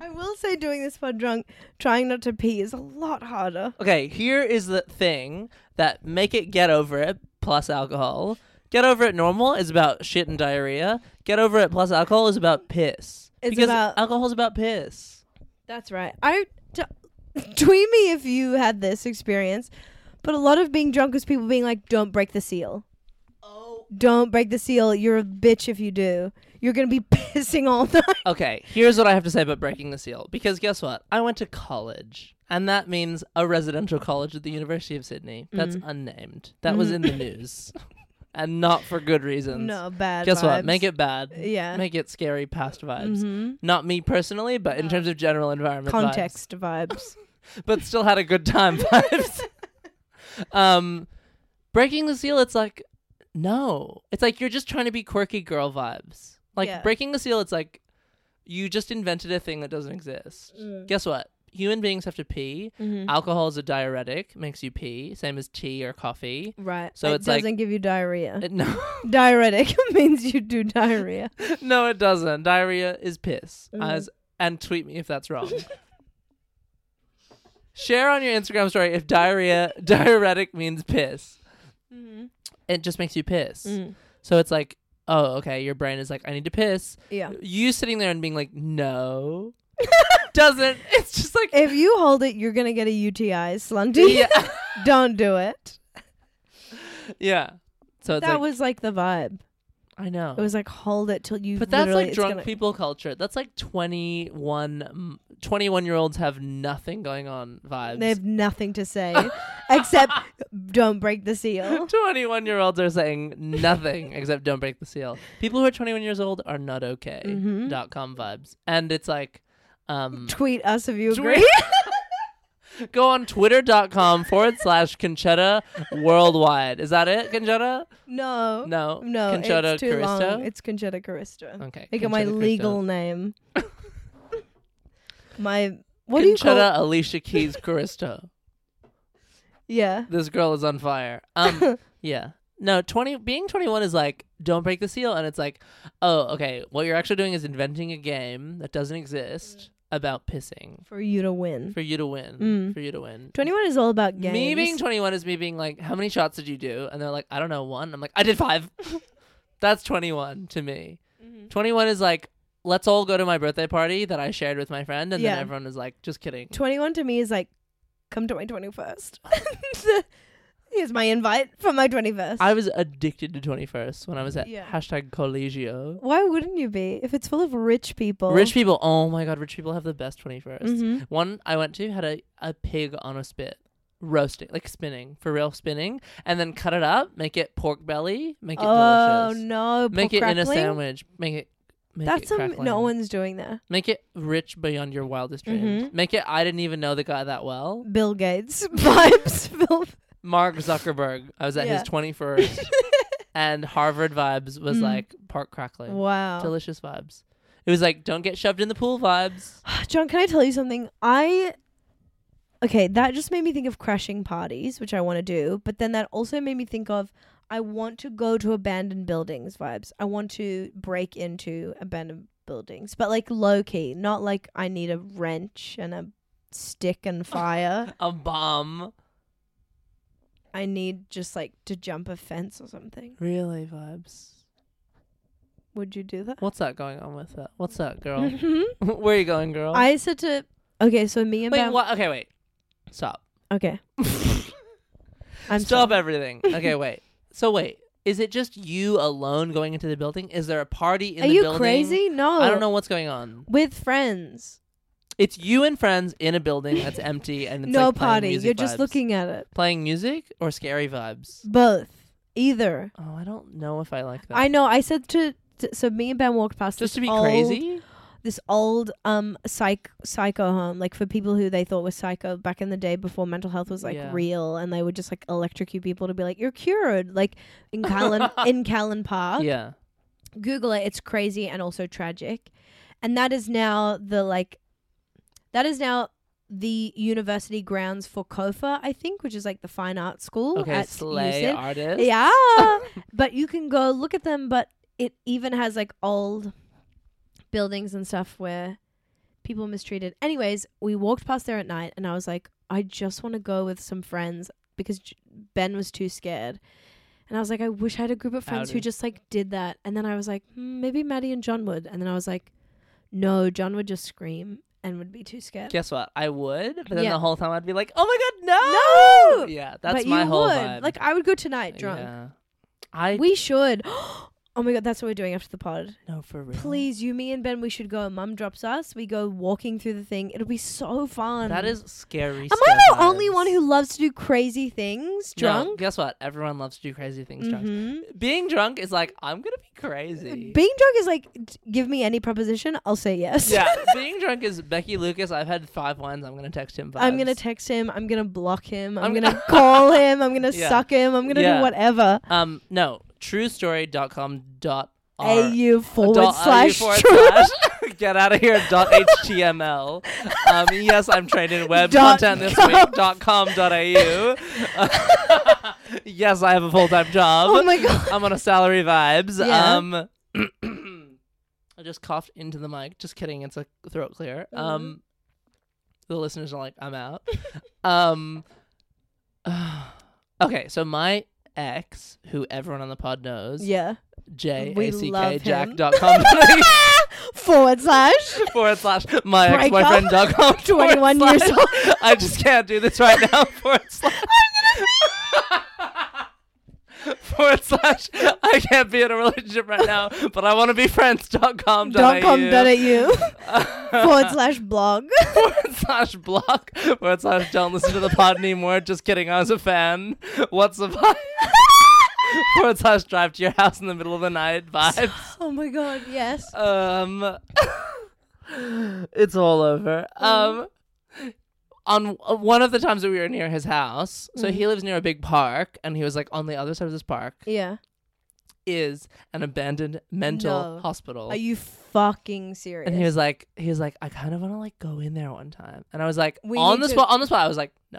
[SPEAKER 3] I will say doing this while drunk, trying not to pee is a lot harder.
[SPEAKER 4] Okay, here is the thing that make it get over it plus alcohol. Get over it normal is about shit and diarrhea. Get over it plus alcohol is about piss.
[SPEAKER 3] It's
[SPEAKER 4] because
[SPEAKER 3] about-
[SPEAKER 4] alcohol's about piss.
[SPEAKER 3] That's right. I t- tweet me if you had this experience, but a lot of being drunk is people being like, "Don't break the seal. Oh, don't break the seal. You're a bitch if you do. You're gonna be <laughs> pissing all night."
[SPEAKER 4] Okay, here's what I have to say about breaking the seal. Because guess what? I went to college, and that
[SPEAKER 3] Mm-hmm.
[SPEAKER 4] means a residential college at the University of Sydney. That's unnamed. That was in the news. and not for good reasons.
[SPEAKER 3] No, bad.
[SPEAKER 4] Guess what?
[SPEAKER 3] vibes.
[SPEAKER 4] Make it bad.
[SPEAKER 3] Yeah.
[SPEAKER 4] Make it scary past vibes.
[SPEAKER 3] Mhm.
[SPEAKER 4] Not me personally, but in terms of general environment vibes.
[SPEAKER 3] Uh, Context vibes.
[SPEAKER 4] but still had a good time <laughs> vibes. um, breaking the seal, it's like no, it's like you're just trying to be quirky girl vibes. Like
[SPEAKER 3] Yeah.
[SPEAKER 4] breaking the seal, it's like you just invented a thing that doesn't exist. Guess what? Human beings have to pee.
[SPEAKER 3] Mm-hmm.
[SPEAKER 4] Alcohol is a diuretic, makes you pee, same as tea or coffee.
[SPEAKER 3] Right.
[SPEAKER 4] So
[SPEAKER 3] it
[SPEAKER 4] it's like-
[SPEAKER 3] doesn't give you diarrhea.
[SPEAKER 4] It- <laughs> no,
[SPEAKER 3] Diuretic <laughs> means you do diarrhea.
[SPEAKER 4] no, it doesn't. Diarrhea is piss.
[SPEAKER 3] Mhm.
[SPEAKER 4] As and tweet me if that's wrong. <laughs> Share on your Instagram story if diarrhea <laughs> diuretic means piss.
[SPEAKER 3] Mm-hmm.
[SPEAKER 4] it just makes you piss.
[SPEAKER 3] Mm.
[SPEAKER 4] So it's like, oh, okay, your brain is like, I need to piss.
[SPEAKER 3] Yeah.
[SPEAKER 4] You sitting there and being like,
[SPEAKER 3] <laughs>
[SPEAKER 4] no, doesn't. It's just like,
[SPEAKER 3] If you hold it, you're gonna get a UTI, Slunty.
[SPEAKER 4] yeah,
[SPEAKER 3] <laughs> Don't do
[SPEAKER 4] <laughs>
[SPEAKER 3] it.
[SPEAKER 4] yeah. So it's
[SPEAKER 3] that
[SPEAKER 4] like,
[SPEAKER 3] was like the vibe.
[SPEAKER 4] I know.
[SPEAKER 3] It was like hold it till you.
[SPEAKER 4] but that's
[SPEAKER 3] literally-
[SPEAKER 4] like
[SPEAKER 3] it's
[SPEAKER 4] drunk
[SPEAKER 3] gonna-
[SPEAKER 4] people culture. That's like 21, 21 year olds have nothing going on vibes.
[SPEAKER 3] They have nothing to say
[SPEAKER 4] <laughs>
[SPEAKER 3] except don't break the seal.
[SPEAKER 4] 21 year olds are saying
[SPEAKER 3] <laughs>
[SPEAKER 4] nothing except don't break the seal. People who are 21 years old are not okay.
[SPEAKER 3] Mhm.
[SPEAKER 4] Dot com vibes. And it's like,
[SPEAKER 3] <laughs>
[SPEAKER 4] um,
[SPEAKER 3] Tweet us if you
[SPEAKER 4] Tweet-
[SPEAKER 3] agree. <laughs>
[SPEAKER 4] <laughs> Go on twitter.com forward slash Conchetta worldwide. Is that it, Conchetta?
[SPEAKER 3] no,
[SPEAKER 4] No.
[SPEAKER 3] no,
[SPEAKER 4] Conchetta
[SPEAKER 3] it's too
[SPEAKER 4] Caristo?
[SPEAKER 3] long. It's Conchetta Caristo.
[SPEAKER 4] okay.
[SPEAKER 3] I got my
[SPEAKER 4] Conchetta Caristo.
[SPEAKER 3] legal
[SPEAKER 4] <laughs>
[SPEAKER 3] name. my what do you call?
[SPEAKER 4] Conchetta Alicia Keys
[SPEAKER 3] <laughs>
[SPEAKER 4] Caristo.
[SPEAKER 3] Yeah,
[SPEAKER 4] This girl is on fire.
[SPEAKER 3] <laughs>
[SPEAKER 4] Um, yeah. No, 20 being 21 is like don't break the seal and it's like, "Oh, okay, what you're actually doing is inventing a game that doesn't exist about pissing
[SPEAKER 3] for you to win.
[SPEAKER 4] for you to win,
[SPEAKER 3] Mm.
[SPEAKER 4] for you to win."
[SPEAKER 3] Twenty-one is all about games.
[SPEAKER 4] Me being 21 is me being like, how many shots did you do? And they're like, I don't know, one. I'm like, I did
[SPEAKER 3] <laughs>
[SPEAKER 4] five. That's 21 to me. 21 is like, let's all go to my birthday party that I shared with my friend. And
[SPEAKER 3] Yeah.
[SPEAKER 4] then everyone is like, just kidding.
[SPEAKER 3] 21 to me is like, come to my
[SPEAKER 4] <laughs>
[SPEAKER 3] 21st. Here's my invite for my 21st.
[SPEAKER 4] I was addicted to 21st when I was at
[SPEAKER 3] Yeah.
[SPEAKER 4] hashtag collegio.
[SPEAKER 3] Why wouldn't you be? If it's full of rich people.
[SPEAKER 4] Rich people, oh my God, rich people have the best 21st.
[SPEAKER 3] Mhm.
[SPEAKER 4] One I went to had a, a pig on a spit. Roasting, like spinning, for real spinning, and then cut it up, make it pork belly, make it
[SPEAKER 3] Oh,
[SPEAKER 4] delicious.
[SPEAKER 3] no.
[SPEAKER 4] make it
[SPEAKER 3] pork
[SPEAKER 4] in a
[SPEAKER 3] crackling?
[SPEAKER 4] sandwich. Make it. Make
[SPEAKER 3] That's
[SPEAKER 4] it
[SPEAKER 3] some.
[SPEAKER 4] crackling.
[SPEAKER 3] No one's doing that.
[SPEAKER 4] Make it rich beyond your wildest dreams.
[SPEAKER 3] Mhm.
[SPEAKER 4] Make it. I didn't even know the guy that well.
[SPEAKER 3] Bill Gates <laughs> vibes. Bill.
[SPEAKER 4] Mark Zuckerberg. I was at
[SPEAKER 3] Yeah.
[SPEAKER 4] his twenty first,
[SPEAKER 3] <laughs>
[SPEAKER 4] and Harvard vibes was
[SPEAKER 3] Mm.
[SPEAKER 4] like pork crackling,
[SPEAKER 3] Wow.
[SPEAKER 4] delicious vibes. It was like don't get shoved in the pool vibes.
[SPEAKER 3] <sighs> John, can I tell you something? I. Okay, that just made me think of crashing parties, which I want to do. But then that also made me think of I want to go to abandoned buildings vibes. I want to break into abandoned buildings, but like low key, not like I need a wrench and a stick
[SPEAKER 4] <laughs>
[SPEAKER 3] and fire.
[SPEAKER 4] A bomb.
[SPEAKER 3] I need just like to jump a fence or something.
[SPEAKER 4] Really vibes.
[SPEAKER 3] Would you do that?
[SPEAKER 4] What's that going on with that? What's that, <laughs> girl?
[SPEAKER 3] <laughs> Mhm.
[SPEAKER 4] Where are you going, girl?
[SPEAKER 3] I said to. Okay, so me and
[SPEAKER 4] wait.
[SPEAKER 3] Bam-
[SPEAKER 4] What? Okay, wait. Stop. <laughs>
[SPEAKER 3] Okay. I'm
[SPEAKER 4] Stop
[SPEAKER 3] sorry.
[SPEAKER 4] everything. Okay, wait.
[SPEAKER 3] <laughs>
[SPEAKER 4] So wait, is it just you alone going into the building? Is there a party in
[SPEAKER 3] Are
[SPEAKER 4] the
[SPEAKER 3] you
[SPEAKER 4] building?
[SPEAKER 3] crazy? No.
[SPEAKER 4] I don't know what's going on.
[SPEAKER 3] With friends.
[SPEAKER 4] It's you and friends in a building that's empty and it's
[SPEAKER 3] no
[SPEAKER 4] like playing
[SPEAKER 3] party.
[SPEAKER 4] music
[SPEAKER 3] You're just
[SPEAKER 4] vibes.
[SPEAKER 3] looking at it.
[SPEAKER 4] playing music or scary vibes.
[SPEAKER 3] Both. Either.
[SPEAKER 4] Oh, I don't know if I like that.
[SPEAKER 3] I know. I said to, to so me and Ben walked past
[SPEAKER 4] just
[SPEAKER 3] this
[SPEAKER 4] to be
[SPEAKER 3] old,
[SPEAKER 4] crazy.
[SPEAKER 3] This old um psych psycho home, like for people who they thought was psycho back in the day before mental health was like
[SPEAKER 4] Yeah.
[SPEAKER 3] real, and they would just like electrocute people to be like, "You're cured," like in
[SPEAKER 4] <laughs>
[SPEAKER 3] Callan in Callan Park.
[SPEAKER 4] Yeah.
[SPEAKER 3] Google it. It's crazy and also tragic. And that is now the like, that is now the university grounds for Kofa, I think, which is like the fine art school
[SPEAKER 4] Okay.
[SPEAKER 3] at
[SPEAKER 4] slay
[SPEAKER 3] UCL.
[SPEAKER 4] artist.
[SPEAKER 3] Yeah,
[SPEAKER 4] <laughs>
[SPEAKER 3] but you can go look at them. But it even has like old buildings and stuff where people mistreated. Anyways, we walked past there at night, and I was like, I just want to go with some friends because J- Ben was too scared. And I was like, I wish I had a group of friends who
[SPEAKER 4] Howdy.
[SPEAKER 3] just like did that. And then I was like, hmm, maybe Maddie and John would. And then I was like, no, John would just scream and would be too scared.
[SPEAKER 4] Guess what? I would, but then
[SPEAKER 3] Yeah.
[SPEAKER 4] the whole time I'd be like, "Oh my god, no!"
[SPEAKER 3] No!
[SPEAKER 4] Yeah, that's
[SPEAKER 3] but
[SPEAKER 4] my
[SPEAKER 3] you
[SPEAKER 4] whole
[SPEAKER 3] would.
[SPEAKER 4] vibe.
[SPEAKER 3] Like I would go tonight drunk.
[SPEAKER 4] Yeah. I
[SPEAKER 3] We should. <gasps> Oh my god, that's what we're doing after the pod.
[SPEAKER 4] No, for real.
[SPEAKER 3] Please, you, me, and Ben, we should go. Mum drops us. We go walking through the thing. It'll be so fun.
[SPEAKER 4] That is scary.
[SPEAKER 3] Am I the only one who loves to do crazy things drunk?
[SPEAKER 4] guess what? Everyone loves to do crazy things drunk.
[SPEAKER 3] Mhm.
[SPEAKER 4] Being drunk is like, I'm going to be crazy.
[SPEAKER 3] Being drunk is like, d- give me any proposition, I'll say yes.
[SPEAKER 4] <laughs> yeah, being drunk is Becky Lucas. I've had five wines. I'm going to text him.
[SPEAKER 3] <laughs>
[SPEAKER 4] Vibes.
[SPEAKER 3] I'm gonna text him. I'm gonna block him. I'm,
[SPEAKER 4] I'm
[SPEAKER 3] gonna
[SPEAKER 4] gonna- <laughs>
[SPEAKER 3] call him. I'm gonna
[SPEAKER 4] Yeah.
[SPEAKER 3] suck him. I'm gonna
[SPEAKER 4] Yeah.
[SPEAKER 3] do whatever.
[SPEAKER 4] um, no, truestory.com dot r-
[SPEAKER 3] AU forward
[SPEAKER 4] dot
[SPEAKER 3] slash
[SPEAKER 4] au forward
[SPEAKER 3] true. <laughs>
[SPEAKER 4] <laughs> slash- get out of here dot html um, yes i'm trained in web
[SPEAKER 3] Dot
[SPEAKER 4] content this
[SPEAKER 3] com.
[SPEAKER 4] week dot com dot au <laughs> yes i have a full-time job
[SPEAKER 3] Oh my god.
[SPEAKER 4] i'm on a salary vibes
[SPEAKER 3] Yeah.
[SPEAKER 4] um <clears throat> i just coughed into the mic just kidding it's a throat clear
[SPEAKER 3] Mm-hmm.
[SPEAKER 4] um the listeners are like i'm out um <sighs> okay so my ex who everyone on the pod knows
[SPEAKER 3] Yeah.
[SPEAKER 4] J
[SPEAKER 3] We
[SPEAKER 4] A C K
[SPEAKER 3] love
[SPEAKER 4] Jack
[SPEAKER 3] him.
[SPEAKER 4] dot com
[SPEAKER 3] <laughs>
[SPEAKER 4] <laughs>
[SPEAKER 3] Forward slash.
[SPEAKER 4] forward slash my ex
[SPEAKER 3] Break up.
[SPEAKER 4] boyfriend dot com <laughs> forward
[SPEAKER 3] 21 years
[SPEAKER 4] slash- I just can't do this right now. <laughs> Forward slash. Forward slash. I can't be in a relationship right now, but I want to be friends. Dot com.
[SPEAKER 3] Dot
[SPEAKER 4] Dot
[SPEAKER 3] com dot
[SPEAKER 4] <laughs>
[SPEAKER 3] au.
[SPEAKER 4] au. <laughs>
[SPEAKER 3] Forward slash blog. <laughs>
[SPEAKER 4] forward slash block forward slash don't listen to the pod anymore. Just kidding, I was a fan. What's the vibe? <laughs> forward slash drive to your house in the middle of the night vibes.
[SPEAKER 3] Oh my god. Yes.
[SPEAKER 4] Um, it's all over.
[SPEAKER 3] Mm-hmm.
[SPEAKER 4] Um, on uh, one of the times that we were near his house, so
[SPEAKER 3] Mm-hmm.
[SPEAKER 4] he lives near a big park, and he was like, on the other side of this park
[SPEAKER 3] Yeah.
[SPEAKER 4] is an abandoned mental
[SPEAKER 3] No.
[SPEAKER 4] hospital.
[SPEAKER 3] Are you fucking serious?
[SPEAKER 4] And he was like, he was like, I kind of want to like go in there one time. And I was like,
[SPEAKER 3] We
[SPEAKER 4] on
[SPEAKER 3] need
[SPEAKER 4] the
[SPEAKER 3] to-
[SPEAKER 4] spot, on the spot, I was like, no.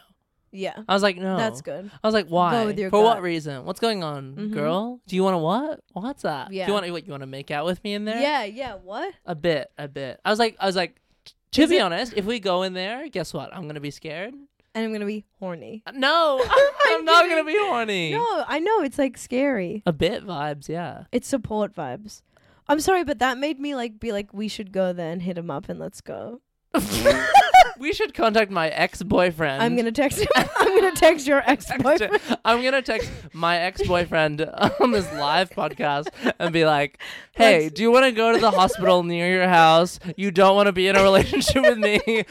[SPEAKER 3] yeah.
[SPEAKER 4] I was like, no.
[SPEAKER 3] That's good.
[SPEAKER 4] I was like, why?
[SPEAKER 3] with your
[SPEAKER 4] For what
[SPEAKER 3] gut.
[SPEAKER 4] reason? What's going on,
[SPEAKER 3] Mhm.
[SPEAKER 4] girl? Do you want to what? What's that? Do
[SPEAKER 3] Yeah.
[SPEAKER 4] you want to what? You want to make out with me in there?
[SPEAKER 3] Yeah. Yeah. What?
[SPEAKER 4] A bit, a bit. I was like, I was like, t- to
[SPEAKER 3] Is
[SPEAKER 4] be
[SPEAKER 3] it-
[SPEAKER 4] honest, if we go in there, guess what? I'm gonna be scared.
[SPEAKER 3] And I'm gonna be horny.
[SPEAKER 4] No, <laughs>
[SPEAKER 3] <laughs>
[SPEAKER 4] I'm, not gonna
[SPEAKER 3] kidding.
[SPEAKER 4] be horny.
[SPEAKER 3] No, I know it's like scary.
[SPEAKER 4] A bit
[SPEAKER 3] <laughs>
[SPEAKER 4] vibes, yeah.
[SPEAKER 3] It's support vibes. I'm sorry, but that made me like be like, we should go there and hit him up and let's
[SPEAKER 4] <laughs>
[SPEAKER 3] go. <laughs>
[SPEAKER 4] We should contact my ex-boyfriend.
[SPEAKER 3] I'm gonna text him. <laughs> I'm gonna text your ex boyfriend.
[SPEAKER 4] <laughs> text- <laughs> I'm gonna text my ex-boyfriend on this live podcast and be like,
[SPEAKER 3] <laughs>
[SPEAKER 4] "Hey,
[SPEAKER 3] Let's-
[SPEAKER 4] do you want to go to the hospital near your house? You don't want to be in a relationship with me. <laughs>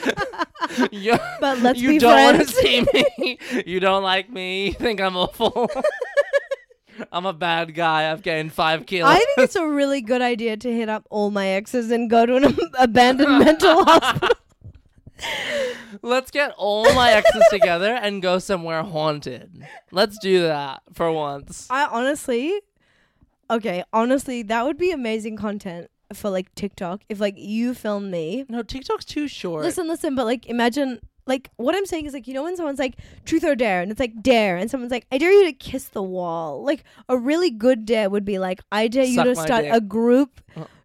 [SPEAKER 4] you
[SPEAKER 3] But let's
[SPEAKER 4] you
[SPEAKER 3] be
[SPEAKER 4] don't want
[SPEAKER 3] friends.
[SPEAKER 4] to see me. <laughs> You don't like me. You think I'm awful. <laughs> I'm a bad guy. I've gained five kilos.
[SPEAKER 3] <laughs> I think it's a really good idea to hit up all my exes and go to an abandoned
[SPEAKER 4] <laughs>
[SPEAKER 3] mental hospital.
[SPEAKER 4] Let's get all my exes together and go somewhere haunted. Let's do that for once.
[SPEAKER 3] I honestly, okay, honestly, that would be amazing content for like TikTok if like you film me.
[SPEAKER 4] No, TikTok's too short. <laughs>
[SPEAKER 3] Listen, listen, but like imagine. Like what I'm saying is like you know when someone's like truth or dare and it's like dare and someone's like I dare you to kiss the wall like a really good dare would be like I dare you
[SPEAKER 4] Suck
[SPEAKER 3] to
[SPEAKER 4] my
[SPEAKER 3] start
[SPEAKER 4] dick. Uh.
[SPEAKER 3] a group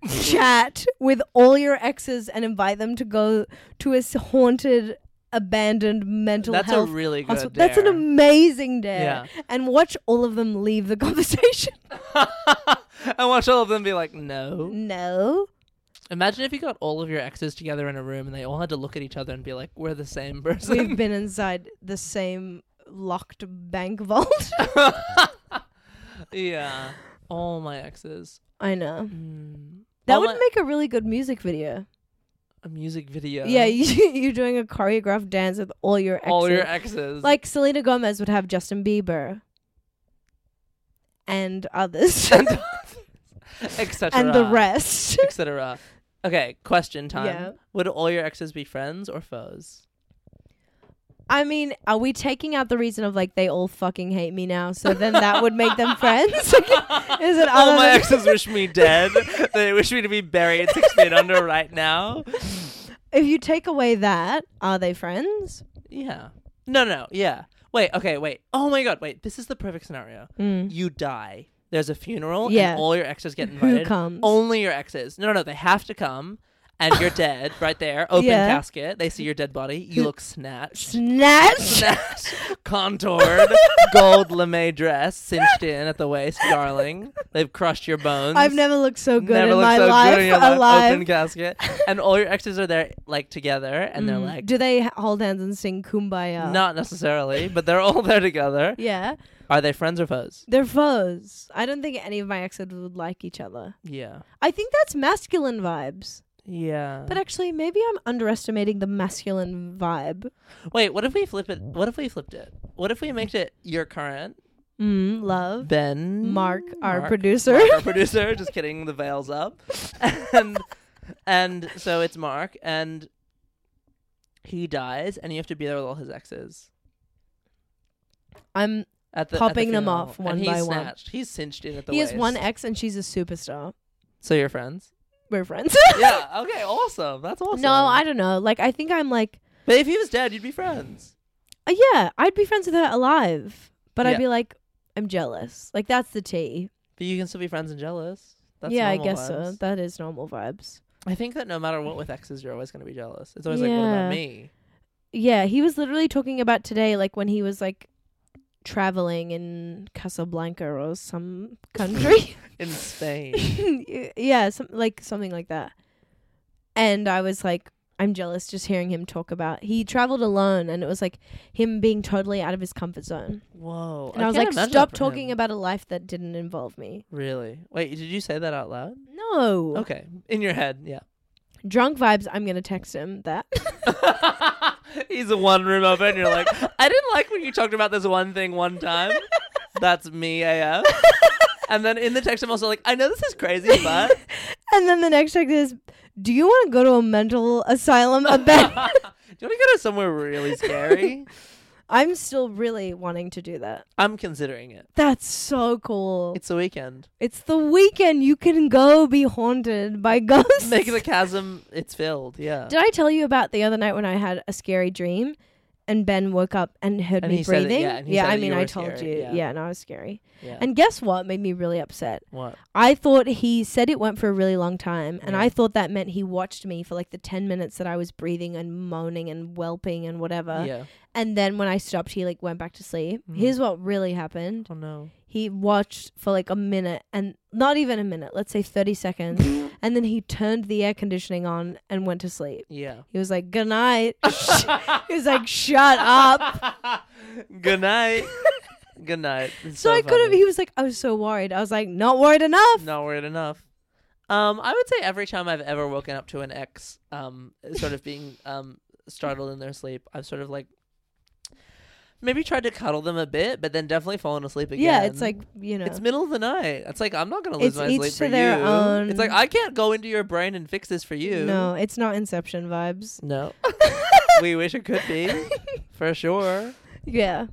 [SPEAKER 3] chat with all your exes and invite them to go to a s- haunted abandoned mental
[SPEAKER 4] That's a
[SPEAKER 3] health
[SPEAKER 4] really good.
[SPEAKER 3] hospital. That's an
[SPEAKER 4] dare.
[SPEAKER 3] amazing dare
[SPEAKER 4] Yeah.
[SPEAKER 3] and watch all of them leave the <laughs> conversation.
[SPEAKER 4] and watch all of them be like, no. <laughs>
[SPEAKER 3] no.
[SPEAKER 4] Imagine if you got all of your exes together in a room and they all had to look at each other and be like, we're the same person. <laughs>
[SPEAKER 3] We've been inside the same locked bank vault. <laughs>
[SPEAKER 4] yeah. All my exes.
[SPEAKER 3] I know.
[SPEAKER 4] Mm.
[SPEAKER 3] That
[SPEAKER 4] All
[SPEAKER 3] would
[SPEAKER 4] my-
[SPEAKER 3] make a really good music video.
[SPEAKER 4] a music video.
[SPEAKER 3] Yeah, <laughs> you, you're doing a choreographed dance with all your exes.
[SPEAKER 4] all your exes.
[SPEAKER 3] like Selena Gomez would have Justin Bieber and others
[SPEAKER 4] <laughs> and,
[SPEAKER 3] <laughs>
[SPEAKER 4] etc.
[SPEAKER 3] and the rest.
[SPEAKER 4] Etc. Okay, question time.
[SPEAKER 3] Yeah.
[SPEAKER 4] Would all your exes be friends or foes?
[SPEAKER 3] I mean, are we taking out the reason of like they all fucking hate me now? So then that would make them friends? <laughs> Is it
[SPEAKER 4] <laughs> All
[SPEAKER 3] other
[SPEAKER 4] my
[SPEAKER 3] than-
[SPEAKER 4] exes wish me dead. they wish me to be buried six feet under right now.
[SPEAKER 3] If you take away that, are they friends?
[SPEAKER 4] Yeah. No, no, yeah. Wait, okay, wait. Oh my god, wait. This is the perfect scenario.
[SPEAKER 3] Mm.
[SPEAKER 4] You die. There's a funeral,
[SPEAKER 3] Yeah.
[SPEAKER 4] and all your exes
[SPEAKER 3] <laughs>
[SPEAKER 4] get
[SPEAKER 3] Who
[SPEAKER 4] invited.
[SPEAKER 3] comes?
[SPEAKER 4] Only your exes. No, no, they have to come, and
[SPEAKER 3] <laughs>
[SPEAKER 4] you're dead right there. Open
[SPEAKER 3] Yeah.
[SPEAKER 4] casket. They see your dead body. You look snatched.
[SPEAKER 3] Snatch.
[SPEAKER 4] Snatched,
[SPEAKER 3] <laughs>
[SPEAKER 4] contoured, gold lame dress, cinched in at the waist, darling. They've crushed your bones.
[SPEAKER 3] I've never looked so good
[SPEAKER 4] Never
[SPEAKER 3] in
[SPEAKER 4] looked
[SPEAKER 3] my
[SPEAKER 4] so good
[SPEAKER 3] life.
[SPEAKER 4] in your life.
[SPEAKER 3] alive.
[SPEAKER 4] Open casket, and all your exes are there, like together, and
[SPEAKER 3] Mm,
[SPEAKER 4] they're like,
[SPEAKER 3] Do they h- hold hands and sing "Kumbaya"?
[SPEAKER 4] Not necessarily, but they're all <laughs> there together.
[SPEAKER 3] Yeah.
[SPEAKER 4] Are they friends or foes?
[SPEAKER 3] They're foes. I don't think any of my exes would like each other.
[SPEAKER 4] Yeah.
[SPEAKER 3] I think that's masculine vibes.
[SPEAKER 4] Yeah.
[SPEAKER 3] But actually, maybe I'm underestimating the masculine vibe.
[SPEAKER 4] uh, Wait, what if we flip it? What if we flipped it? What if we made it your current
[SPEAKER 3] Mm, love.
[SPEAKER 4] Ben
[SPEAKER 3] Mark, our
[SPEAKER 4] Mark-
[SPEAKER 3] producer.
[SPEAKER 4] Mark, <laughs> our producer? Just kidding. The veil's up, and and so it's Mark, and he dies, and you have to be there with all his exes
[SPEAKER 3] <laughs> I'm.
[SPEAKER 4] at the at the
[SPEAKER 3] Popping them
[SPEAKER 4] funeral,
[SPEAKER 3] off one
[SPEAKER 4] and he's
[SPEAKER 3] by one.
[SPEAKER 4] snatched. He's cinched in at the
[SPEAKER 3] He has one
[SPEAKER 4] waist.
[SPEAKER 3] ex, and she's a superstar.
[SPEAKER 4] So you're friends.
[SPEAKER 3] We're friends. <laughs>
[SPEAKER 4] yeah. Okay. Awesome. That's awesome.
[SPEAKER 3] No, I don't know. Like, I think I'm like,
[SPEAKER 4] But if he was dead, you'd be friends.
[SPEAKER 3] uh, yeah, I'd be friends with her alive, but
[SPEAKER 4] Yeah.
[SPEAKER 3] I'd be like, I'm jealous. Like, that's the T.
[SPEAKER 4] But you can still be friends and jealous. That's
[SPEAKER 3] yeah, I
[SPEAKER 4] normal
[SPEAKER 3] guess so.
[SPEAKER 4] vibes.
[SPEAKER 3] That is normal vibes.
[SPEAKER 4] I think that no matter what with exes, you're always going to be jealous. It's always like, what about
[SPEAKER 3] Yeah.
[SPEAKER 4] me?
[SPEAKER 3] Yeah, he was literally talking about today, like when he was like traveling in Casablanca or some
[SPEAKER 4] <laughs>
[SPEAKER 3] country. <laughs>
[SPEAKER 4] In Spain.
[SPEAKER 3] yeah, some, like something like that. And I was like, I'm jealous just hearing him talk about. He traveled alone, and it was like him being totally out of his comfort zone.
[SPEAKER 4] Whoa.
[SPEAKER 3] And I, was
[SPEAKER 4] can't
[SPEAKER 3] like,
[SPEAKER 4] imagine
[SPEAKER 3] stop
[SPEAKER 4] that for
[SPEAKER 3] talking
[SPEAKER 4] him.
[SPEAKER 3] about a life that didn't involve me.
[SPEAKER 4] Really? Wait, did you say that out loud?
[SPEAKER 3] No.
[SPEAKER 4] Okay. In your head, yeah.
[SPEAKER 3] Drunk vibes, I'm going to text him that.
[SPEAKER 4] He's a one room over, and
[SPEAKER 3] <laughs>
[SPEAKER 4] you're like, I didn't like when you talked about this one thing one time. That's me, AF. and then in the text, I'm also like, I know this is crazy, but.
[SPEAKER 3] and then the next text is, do you want to go to a mental asylum? A
[SPEAKER 4] Do you <laughs>
[SPEAKER 3] bed?
[SPEAKER 4] want to go to somewhere really scary?
[SPEAKER 3] I'm still really wanting to do that.
[SPEAKER 4] I'm considering it.
[SPEAKER 3] That's so cool. It's,
[SPEAKER 4] It's a weekend. <laughs>
[SPEAKER 3] the weekend. You can go be haunted by ghosts.
[SPEAKER 4] <laughs> Make the chasm, it's filled, yeah.
[SPEAKER 3] Did I tell you about the other night when I had a scary dream and Ben woke up and heard
[SPEAKER 4] And
[SPEAKER 3] me
[SPEAKER 4] he said that-
[SPEAKER 3] breathing?
[SPEAKER 4] yeah, and he said
[SPEAKER 3] I
[SPEAKER 4] that
[SPEAKER 3] mean,
[SPEAKER 4] you
[SPEAKER 3] I
[SPEAKER 4] were
[SPEAKER 3] told
[SPEAKER 4] scary,
[SPEAKER 3] you.
[SPEAKER 4] yeah.
[SPEAKER 3] yeah, and I was scary.
[SPEAKER 4] yeah.
[SPEAKER 3] And guess what made me really upset?
[SPEAKER 4] what?
[SPEAKER 3] I thought he said it went for a really long time, and
[SPEAKER 4] Yeah.
[SPEAKER 3] I thought that meant he watched me for like the 10 minutes that I was breathing and moaning and whelping and whatever.
[SPEAKER 4] yeah.
[SPEAKER 3] And then when I stopped, he like went back to sleep.
[SPEAKER 4] Mm.
[SPEAKER 3] Here's what really happened
[SPEAKER 4] Oh no.
[SPEAKER 3] he watched for like a minute, and not even a minute, let's say 30
[SPEAKER 4] <laughs>
[SPEAKER 3] seconds, and then he turned the air conditioning on and went to sleep.
[SPEAKER 4] Yeah.
[SPEAKER 3] He was like, Good
[SPEAKER 4] <laughs>
[SPEAKER 3] night. <laughs> he was like, Shut up. <laughs>
[SPEAKER 4] Good night. Good night. <laughs> It's
[SPEAKER 3] So, I could have,
[SPEAKER 4] funny.
[SPEAKER 3] he was like, I was so worried. I was like, Not worried enough.
[SPEAKER 4] Not worried enough. Um, I would say every time I've ever woken up to an ex, um, sort of being um startled in their sleep, I've sort of like maybe tried to cuddle them a bit, but then definitely fallen asleep again.
[SPEAKER 3] Yeah, it's like, you know.
[SPEAKER 4] It's middle of the night. It's like I'm not gonna lose
[SPEAKER 3] It's
[SPEAKER 4] my
[SPEAKER 3] each
[SPEAKER 4] sleep
[SPEAKER 3] to
[SPEAKER 4] for
[SPEAKER 3] their
[SPEAKER 4] you.
[SPEAKER 3] own.
[SPEAKER 4] It's like I can't go into your brain and fix this for you.
[SPEAKER 3] No, it's not Inception vibes.
[SPEAKER 4] No. <laughs> we wish it could
[SPEAKER 3] <laughs>
[SPEAKER 4] be, for sure.
[SPEAKER 3] Yeah.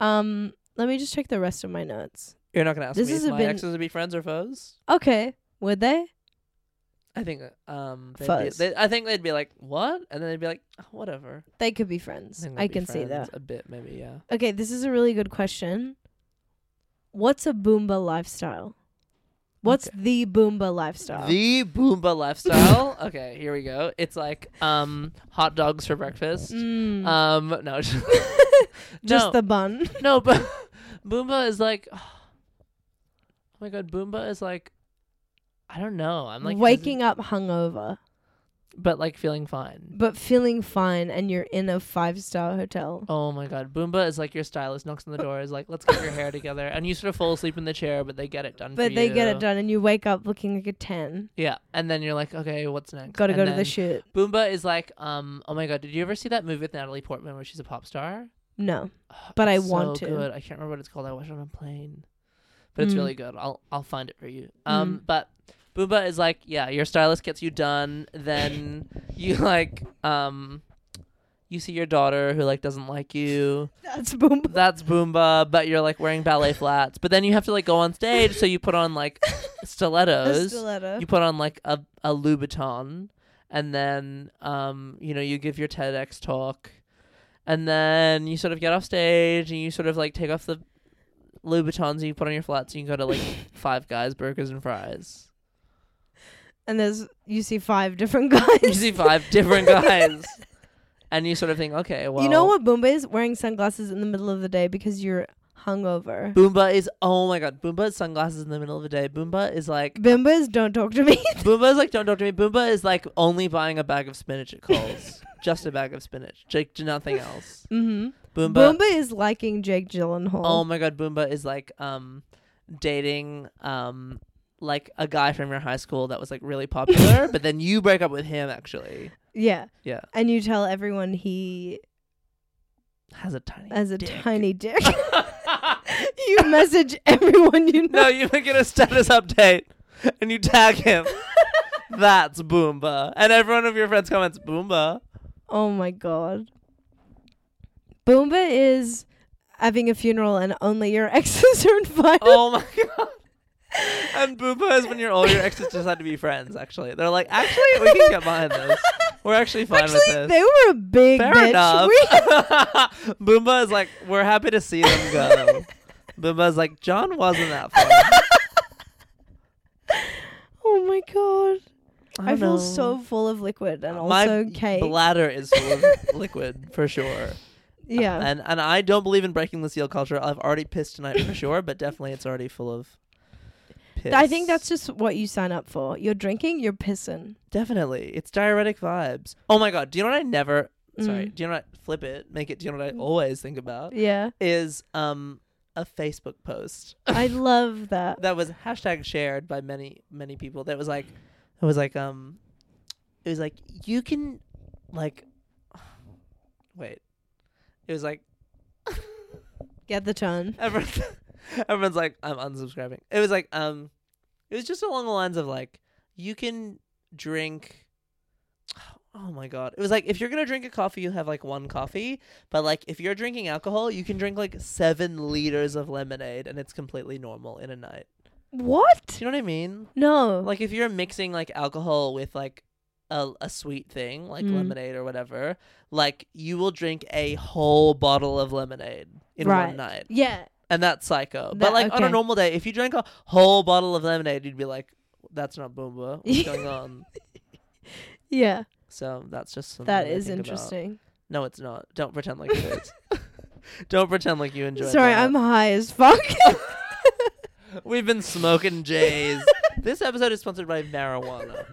[SPEAKER 3] Um, let me just check the rest of my notes.
[SPEAKER 4] You're not gonna ask
[SPEAKER 3] This
[SPEAKER 4] me if
[SPEAKER 3] has
[SPEAKER 4] my
[SPEAKER 3] been-
[SPEAKER 4] exes would be friends or foes.
[SPEAKER 3] Okay. Would they?
[SPEAKER 4] I think um, they'd be,
[SPEAKER 3] Foes.
[SPEAKER 4] they, I think they'd be like, "What?" and then they'd be like, "Oh, "Whatever."
[SPEAKER 3] They could be
[SPEAKER 4] I,
[SPEAKER 3] friends.
[SPEAKER 4] think
[SPEAKER 3] I
[SPEAKER 4] they'd be
[SPEAKER 3] can see
[SPEAKER 4] friends
[SPEAKER 3] that.
[SPEAKER 4] a bit, maybe. Yeah.
[SPEAKER 3] Okay, this is a really good question. What's a Boomba lifestyle? What's
[SPEAKER 4] Okay.
[SPEAKER 3] the Boomba lifestyle?
[SPEAKER 4] The Boomba lifestyle. <laughs> okay, here we go. It's like um, hot dogs for breakfast.
[SPEAKER 3] Mm,
[SPEAKER 4] Um, no, <laughs> just,
[SPEAKER 3] just
[SPEAKER 4] no,
[SPEAKER 3] the bun.
[SPEAKER 4] no, but <laughs> Boomba is like, <sighs> oh my god, Boomba is like, I don't know. I'm
[SPEAKER 3] <laughs>
[SPEAKER 4] like
[SPEAKER 3] Waking up hungover,
[SPEAKER 4] but like feeling fine.
[SPEAKER 3] but feeling fine, and you're in a five star hotel.
[SPEAKER 4] Oh my god, Boomba is like your stylist knocks on the door, is like, let's get your hair together, and you sort of fall asleep in the chair, but they get it done.
[SPEAKER 3] But
[SPEAKER 4] for
[SPEAKER 3] they get
[SPEAKER 4] you.
[SPEAKER 3] it done, and you wake up looking like a 10.
[SPEAKER 4] Yeah, and then you're like, okay, what's next?
[SPEAKER 3] Gotta
[SPEAKER 4] And
[SPEAKER 3] go to the
[SPEAKER 4] then
[SPEAKER 3] shoot.
[SPEAKER 4] Boomba is like, um, oh my god, did you ever see that movie with Natalie Portman where she's a pop star? <sighs>
[SPEAKER 3] No.
[SPEAKER 4] Ugh,
[SPEAKER 3] But I
[SPEAKER 4] it's
[SPEAKER 3] want
[SPEAKER 4] so
[SPEAKER 3] to.
[SPEAKER 4] Good. I can't remember what it's called. I watched it on a plane, but it's
[SPEAKER 3] Mm.
[SPEAKER 4] really good. I'll I'll find it for you. Um,
[SPEAKER 3] Mm.
[SPEAKER 4] but Boomba is like, yeah, your stylist gets you done. Then you like, um, you see your daughter who like doesn't like you.
[SPEAKER 3] That's Boomba. <laughs>
[SPEAKER 4] that's Boomba, but you're like wearing ballet flats. But then you have to like go on stage, so you put on like
[SPEAKER 3] A
[SPEAKER 4] stilettos.
[SPEAKER 3] stiletto.
[SPEAKER 4] You put on like a a Louboutin, and then um you know you give your TEDx talk, and then you sort of get off stage and you sort of like take off the Louboutins and you put on your flats and you go
[SPEAKER 3] <laughs>
[SPEAKER 4] to like Five Guys burgers and fries.
[SPEAKER 3] and there's you see five different <laughs> guys.
[SPEAKER 4] You see five different guys, and you sort of think, okay, well,
[SPEAKER 3] you know what Boomba is? Wearing sunglasses in the middle of the day because you're hungover.
[SPEAKER 4] Boomba is oh my god. Boomba is sunglasses in the middle of the day. Boomba is like
[SPEAKER 3] Boomba is don't talk to me.
[SPEAKER 4] Boomba is like, don't talk to me. Boomba is like <laughs> only buying a bag of spinach at Coles. Just a bag of spinach. Like, do nothing else.
[SPEAKER 3] mm-hmm.
[SPEAKER 4] Boomba.
[SPEAKER 3] Boomba is liking Jake Gyllenhaal.
[SPEAKER 4] Oh my god, Boomba is like um dating um like a guy from your high school that was like really <laughs> popular, but then you break up with him actually.
[SPEAKER 3] yeah.
[SPEAKER 4] Yeah.
[SPEAKER 3] And you tell everyone he
[SPEAKER 4] Has a tiny <laughs>
[SPEAKER 3] has a
[SPEAKER 4] dick.
[SPEAKER 3] tiny dick. <laughs> you message everyone you know.
[SPEAKER 4] No, you make it a status update and you tag <laughs> him. That's Boomba. And every one of your friends comments Boomba.
[SPEAKER 3] <laughs> Oh my god. Boomba is having a funeral and only your <laughs> exes are invited.
[SPEAKER 4] Oh my <laughs> god. And Boomba is when your all your exes decide to be friends, actually. They're like, actually we can get
[SPEAKER 3] <laughs>
[SPEAKER 4] behind this. We're actually fine
[SPEAKER 3] Actually,
[SPEAKER 4] with this.
[SPEAKER 3] they were a big
[SPEAKER 4] Fair
[SPEAKER 3] bitch.
[SPEAKER 4] enough.
[SPEAKER 3] We-
[SPEAKER 4] <laughs> Boomba is like, we're happy to see
[SPEAKER 3] <laughs>
[SPEAKER 4] them go. Boomba's like, John wasn't that fun.
[SPEAKER 3] oh my god. I,
[SPEAKER 4] don't
[SPEAKER 3] feel
[SPEAKER 4] know.
[SPEAKER 3] so full of liquid and
[SPEAKER 4] My
[SPEAKER 3] also cake.
[SPEAKER 4] bladder is
[SPEAKER 3] <laughs>
[SPEAKER 4] full of liquid for sure.
[SPEAKER 3] yeah.
[SPEAKER 4] And and I don't believe in breaking the seal culture. I've already pissed tonight for sure, but definitely it's already full of piss.
[SPEAKER 3] I think that's just what you sign up for. You're drinking, you're pissing.
[SPEAKER 4] definitely it's diuretic vibes. Oh my god, do you know what I never sorry,
[SPEAKER 3] Mm.
[SPEAKER 4] do you know what I, flip it, make it do you know what I always think about?
[SPEAKER 3] Yeah.
[SPEAKER 4] Is um a Facebook post.
[SPEAKER 3] I love that.
[SPEAKER 4] that was hashtag shared by many many people that was like it was like um it was like you can like <sighs> wait it was like <laughs>
[SPEAKER 3] Get the tone.
[SPEAKER 4] everyone, <laughs> everyone's like i'm unsubscribing it was like um it was just along the lines of like you can drink <sighs> oh my god it was like if you're gonna drink a coffee you have like one coffee but like if you're drinking alcohol you can drink like seven liters of lemonade and it's completely normal in a night
[SPEAKER 3] What?
[SPEAKER 4] do you know what i mean
[SPEAKER 3] No.
[SPEAKER 4] like if you're mixing like alcohol with like a, a sweet thing like
[SPEAKER 3] Mm.
[SPEAKER 4] lemonade or whatever like you will drink a whole bottle of lemonade in
[SPEAKER 3] Right.
[SPEAKER 4] one night
[SPEAKER 3] yeah.
[SPEAKER 4] and that's psycho
[SPEAKER 3] That-
[SPEAKER 4] but like on a
[SPEAKER 3] okay.
[SPEAKER 4] normal day if you drank a whole bottle of lemonade you'd be like that's not boomba what's
[SPEAKER 3] <laughs>
[SPEAKER 4] going on
[SPEAKER 3] Yeah.
[SPEAKER 4] so that's just something
[SPEAKER 3] That
[SPEAKER 4] I
[SPEAKER 3] is
[SPEAKER 4] think about.
[SPEAKER 3] interesting.
[SPEAKER 4] no it's not don't pretend like it is
[SPEAKER 3] <laughs>
[SPEAKER 4] don't pretend like you enjoy
[SPEAKER 3] Sorry,
[SPEAKER 4] that.
[SPEAKER 3] I'm high as
[SPEAKER 4] <laughs>
[SPEAKER 3] fuck.
[SPEAKER 4] we've been
[SPEAKER 3] <laughs>
[SPEAKER 4] smoking jays this episode is sponsored by marijuana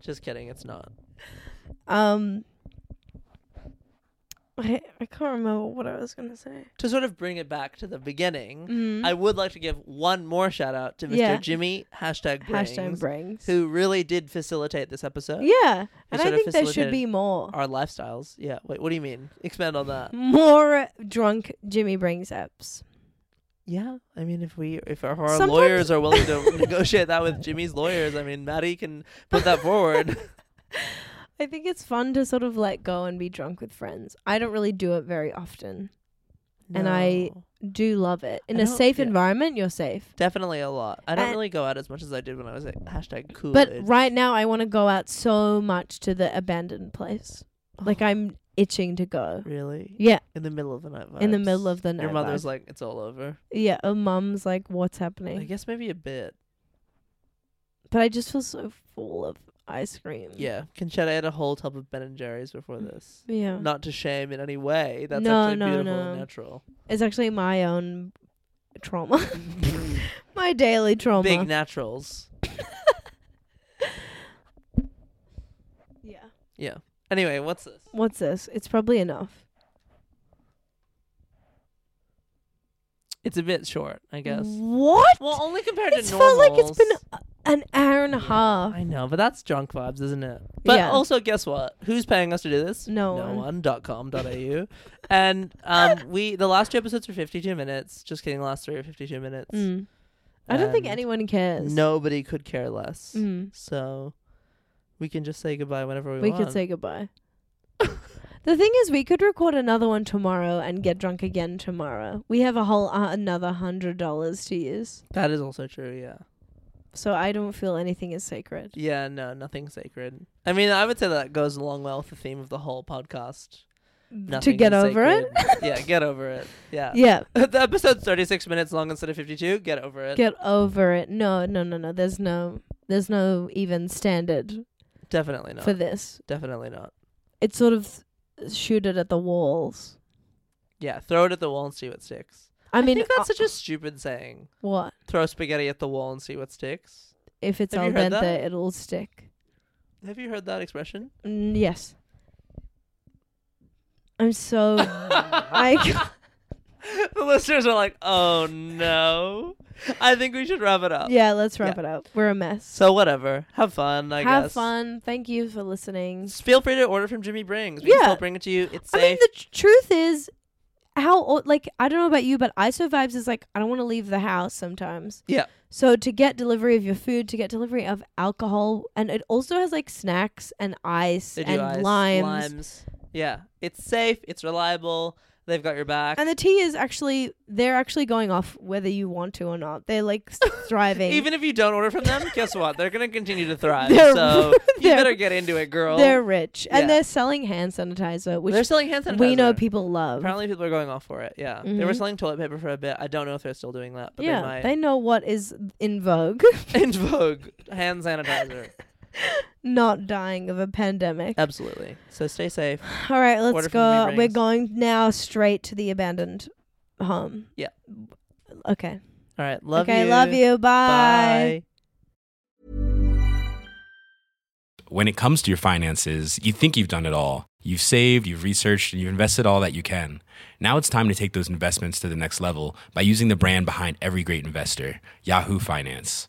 [SPEAKER 4] just kidding it's not
[SPEAKER 3] um I I can't remember what I was gonna say.
[SPEAKER 4] to sort of bring it back to the beginning,
[SPEAKER 3] Mm.
[SPEAKER 4] I would like to give one more shout out to Mr.
[SPEAKER 3] Yeah.
[SPEAKER 4] Jimmy hashtag brings,
[SPEAKER 3] Hashtag brings.
[SPEAKER 4] who really did facilitate this episode.
[SPEAKER 3] yeah. And I
[SPEAKER 4] sort of
[SPEAKER 3] think there should
[SPEAKER 4] facilitated
[SPEAKER 3] be more.
[SPEAKER 4] Our lifestyles. Yeah. Wait, what do you mean? Expand on that.
[SPEAKER 3] More drunk Jimmy brings apps.
[SPEAKER 4] Yeah. I mean, if we if our, if our
[SPEAKER 3] Sometimes-
[SPEAKER 4] lawyers are willing to <laughs> negotiate that with Jimmy's lawyers, I mean, Maddie can put that forward.
[SPEAKER 3] <laughs> I think it's fun to sort of let go and be drunk with friends. I don't really do it very often. And I-
[SPEAKER 4] No.
[SPEAKER 3] Do love it. In
[SPEAKER 4] I
[SPEAKER 3] a
[SPEAKER 4] don't-
[SPEAKER 3] safe
[SPEAKER 4] yeah.
[SPEAKER 3] environment, you're safe.
[SPEAKER 4] definitely a lot. I don't
[SPEAKER 3] I-
[SPEAKER 4] really go out as much as I did when I was at hashtag cool.
[SPEAKER 3] But right now, I want to go out so much to the abandoned place.
[SPEAKER 4] Oh.
[SPEAKER 3] Like, I'm itching to go.
[SPEAKER 4] really
[SPEAKER 3] Yeah,
[SPEAKER 4] in the middle of the night.
[SPEAKER 3] in the
[SPEAKER 4] vibes.
[SPEAKER 3] middle of the night.
[SPEAKER 4] Your mother's
[SPEAKER 3] vibe.
[SPEAKER 4] like, it's all over.
[SPEAKER 3] Yeah, her mum's like, what's
[SPEAKER 4] I
[SPEAKER 3] happening?
[SPEAKER 4] guess maybe a bit.
[SPEAKER 3] But I just feel so full of ice cream.
[SPEAKER 4] Yeah, Conchetta had a whole tub of Ben and Jerry's before this.
[SPEAKER 3] Mm. Yeah.
[SPEAKER 4] Not to shame in any way. That's
[SPEAKER 3] No,
[SPEAKER 4] actually
[SPEAKER 3] no,
[SPEAKER 4] beautiful and
[SPEAKER 3] no.
[SPEAKER 4] natural.
[SPEAKER 3] It's actually my own trauma, <laughs> my daily trauma.
[SPEAKER 4] Big naturals.
[SPEAKER 3] yeah.
[SPEAKER 4] Yeah. Anyway, what's this?
[SPEAKER 3] What's this? It's probably enough.
[SPEAKER 4] It's a bit short, I guess.
[SPEAKER 3] What?
[SPEAKER 4] Well, only compared
[SPEAKER 3] it's
[SPEAKER 4] to
[SPEAKER 3] felt like it's
[SPEAKER 4] normals.
[SPEAKER 3] been an hour and a
[SPEAKER 4] Yeah,
[SPEAKER 3] half.
[SPEAKER 4] I know, but that's drunk vibes, isn't it? But
[SPEAKER 3] Yeah.
[SPEAKER 4] also, guess what? Who's paying us to do this?
[SPEAKER 3] No
[SPEAKER 4] no
[SPEAKER 3] one.
[SPEAKER 4] one. dot com dot au. and
[SPEAKER 3] <laughs>
[SPEAKER 4] um, we the last two episodes were fifty two minutes. Just kidding, the last three are fifty two minutes.
[SPEAKER 3] Mm. I don't think
[SPEAKER 4] And
[SPEAKER 3] anyone cares.
[SPEAKER 4] Nobody could care less.
[SPEAKER 3] Mm.
[SPEAKER 4] So we can just say goodbye whenever we,
[SPEAKER 3] We
[SPEAKER 4] want.
[SPEAKER 3] could say goodbye. <laughs> the thing is, we could record another one tomorrow and get drunk again tomorrow. We have a whole uh, another hundred dollars to use,
[SPEAKER 4] that is also true, yeah.
[SPEAKER 3] so I don't feel anything is sacred.
[SPEAKER 4] Yeah, no, nothing sacred. I mean, I would say that goes along well with the theme of the whole podcast. Nothing
[SPEAKER 3] to get
[SPEAKER 4] is
[SPEAKER 3] over it.
[SPEAKER 4] sacred. yeah, get over
[SPEAKER 3] <laughs>
[SPEAKER 4] it. Yeah.
[SPEAKER 3] Yeah,
[SPEAKER 4] <laughs> the episode's 36 minutes long instead of 52. Get over it.
[SPEAKER 3] get over it. No, no, no, no. There's no, there's no even standard
[SPEAKER 4] Definitely not.
[SPEAKER 3] for this.
[SPEAKER 4] Definitely not.
[SPEAKER 3] It's sort of shoot it at the walls.
[SPEAKER 4] Yeah, throw it at the wall and see what sticks.
[SPEAKER 3] I, mean,
[SPEAKER 4] think that's
[SPEAKER 3] uh,
[SPEAKER 4] such a stupid saying.
[SPEAKER 3] what
[SPEAKER 4] Throw spaghetti at the wall and see what sticks.
[SPEAKER 3] if it's
[SPEAKER 4] Have
[SPEAKER 3] al
[SPEAKER 4] you heard that?
[SPEAKER 3] dente? It'll stick.
[SPEAKER 4] Have you heard that expression?
[SPEAKER 3] Mm, yes. I'm
[SPEAKER 4] <laughs>
[SPEAKER 3] so I
[SPEAKER 4] <laughs>
[SPEAKER 3] <laughs>
[SPEAKER 4] The listeners are like, oh no. I think we should wrap it up.
[SPEAKER 3] yeah. Let's wrap it up. We're a mess.
[SPEAKER 4] So whatever. Have fun, I
[SPEAKER 3] have
[SPEAKER 4] guess.
[SPEAKER 3] fun. Thank you for listening.
[SPEAKER 4] Just feel free to order from Jimmy Brings. We can
[SPEAKER 3] Yeah.
[SPEAKER 4] still bring it to you. It's
[SPEAKER 3] I
[SPEAKER 4] safe.
[SPEAKER 3] mean, the tr- truth is, how old, like I don't know about you, but ISO vibes is like I don't want to leave the house sometimes.
[SPEAKER 4] Yeah.
[SPEAKER 3] So to get delivery of your food, to get delivery of alcohol, and it also has like snacks and ice
[SPEAKER 4] They do
[SPEAKER 3] and
[SPEAKER 4] ice,
[SPEAKER 3] limes.
[SPEAKER 4] limes. Yeah. It's safe. It's reliable. They've got your back.
[SPEAKER 3] And the tea is actually they're actually going off whether you want to or not. They're like
[SPEAKER 4] <laughs>
[SPEAKER 3] s- thriving.
[SPEAKER 4] Even if you don't order from them, guess what? They're going to continue to
[SPEAKER 3] <laughs>
[SPEAKER 4] thrive.
[SPEAKER 3] They're-
[SPEAKER 4] so you
[SPEAKER 3] they're-
[SPEAKER 4] better get into it, girl.
[SPEAKER 3] they're rich
[SPEAKER 4] Yeah.
[SPEAKER 3] and they're selling hand sanitizer, which
[SPEAKER 4] They're selling hand sanitizer.
[SPEAKER 3] we know people love.
[SPEAKER 4] Apparently, people are going off for it. Yeah. They were
[SPEAKER 3] Mhm.
[SPEAKER 4] selling toilet paper for a bit. I don't know if they're still doing that, but
[SPEAKER 3] yeah,
[SPEAKER 4] they might.
[SPEAKER 3] they know what is in vogue.
[SPEAKER 4] <laughs>
[SPEAKER 3] <laughs>
[SPEAKER 4] In vogue. Hand sanitizer.
[SPEAKER 3] not dying of a pandemic.
[SPEAKER 4] Absolutely. So stay safe.
[SPEAKER 3] All right,
[SPEAKER 4] Order
[SPEAKER 3] let's
[SPEAKER 4] from the
[SPEAKER 3] go.
[SPEAKER 4] Big
[SPEAKER 3] We're
[SPEAKER 4] Rings.
[SPEAKER 3] going now straight to the abandoned home.
[SPEAKER 4] Yeah.
[SPEAKER 3] Okay.
[SPEAKER 4] All right. Love
[SPEAKER 3] okay,
[SPEAKER 4] you.
[SPEAKER 3] love you. Bye.
[SPEAKER 4] Bye.
[SPEAKER 1] When it comes to your finances, you think you've done it all. You've saved, you've researched, and you've invested all that you can. Now it's time to take those investments to the next level by using the brand behind every great investor, Yahoo Finance.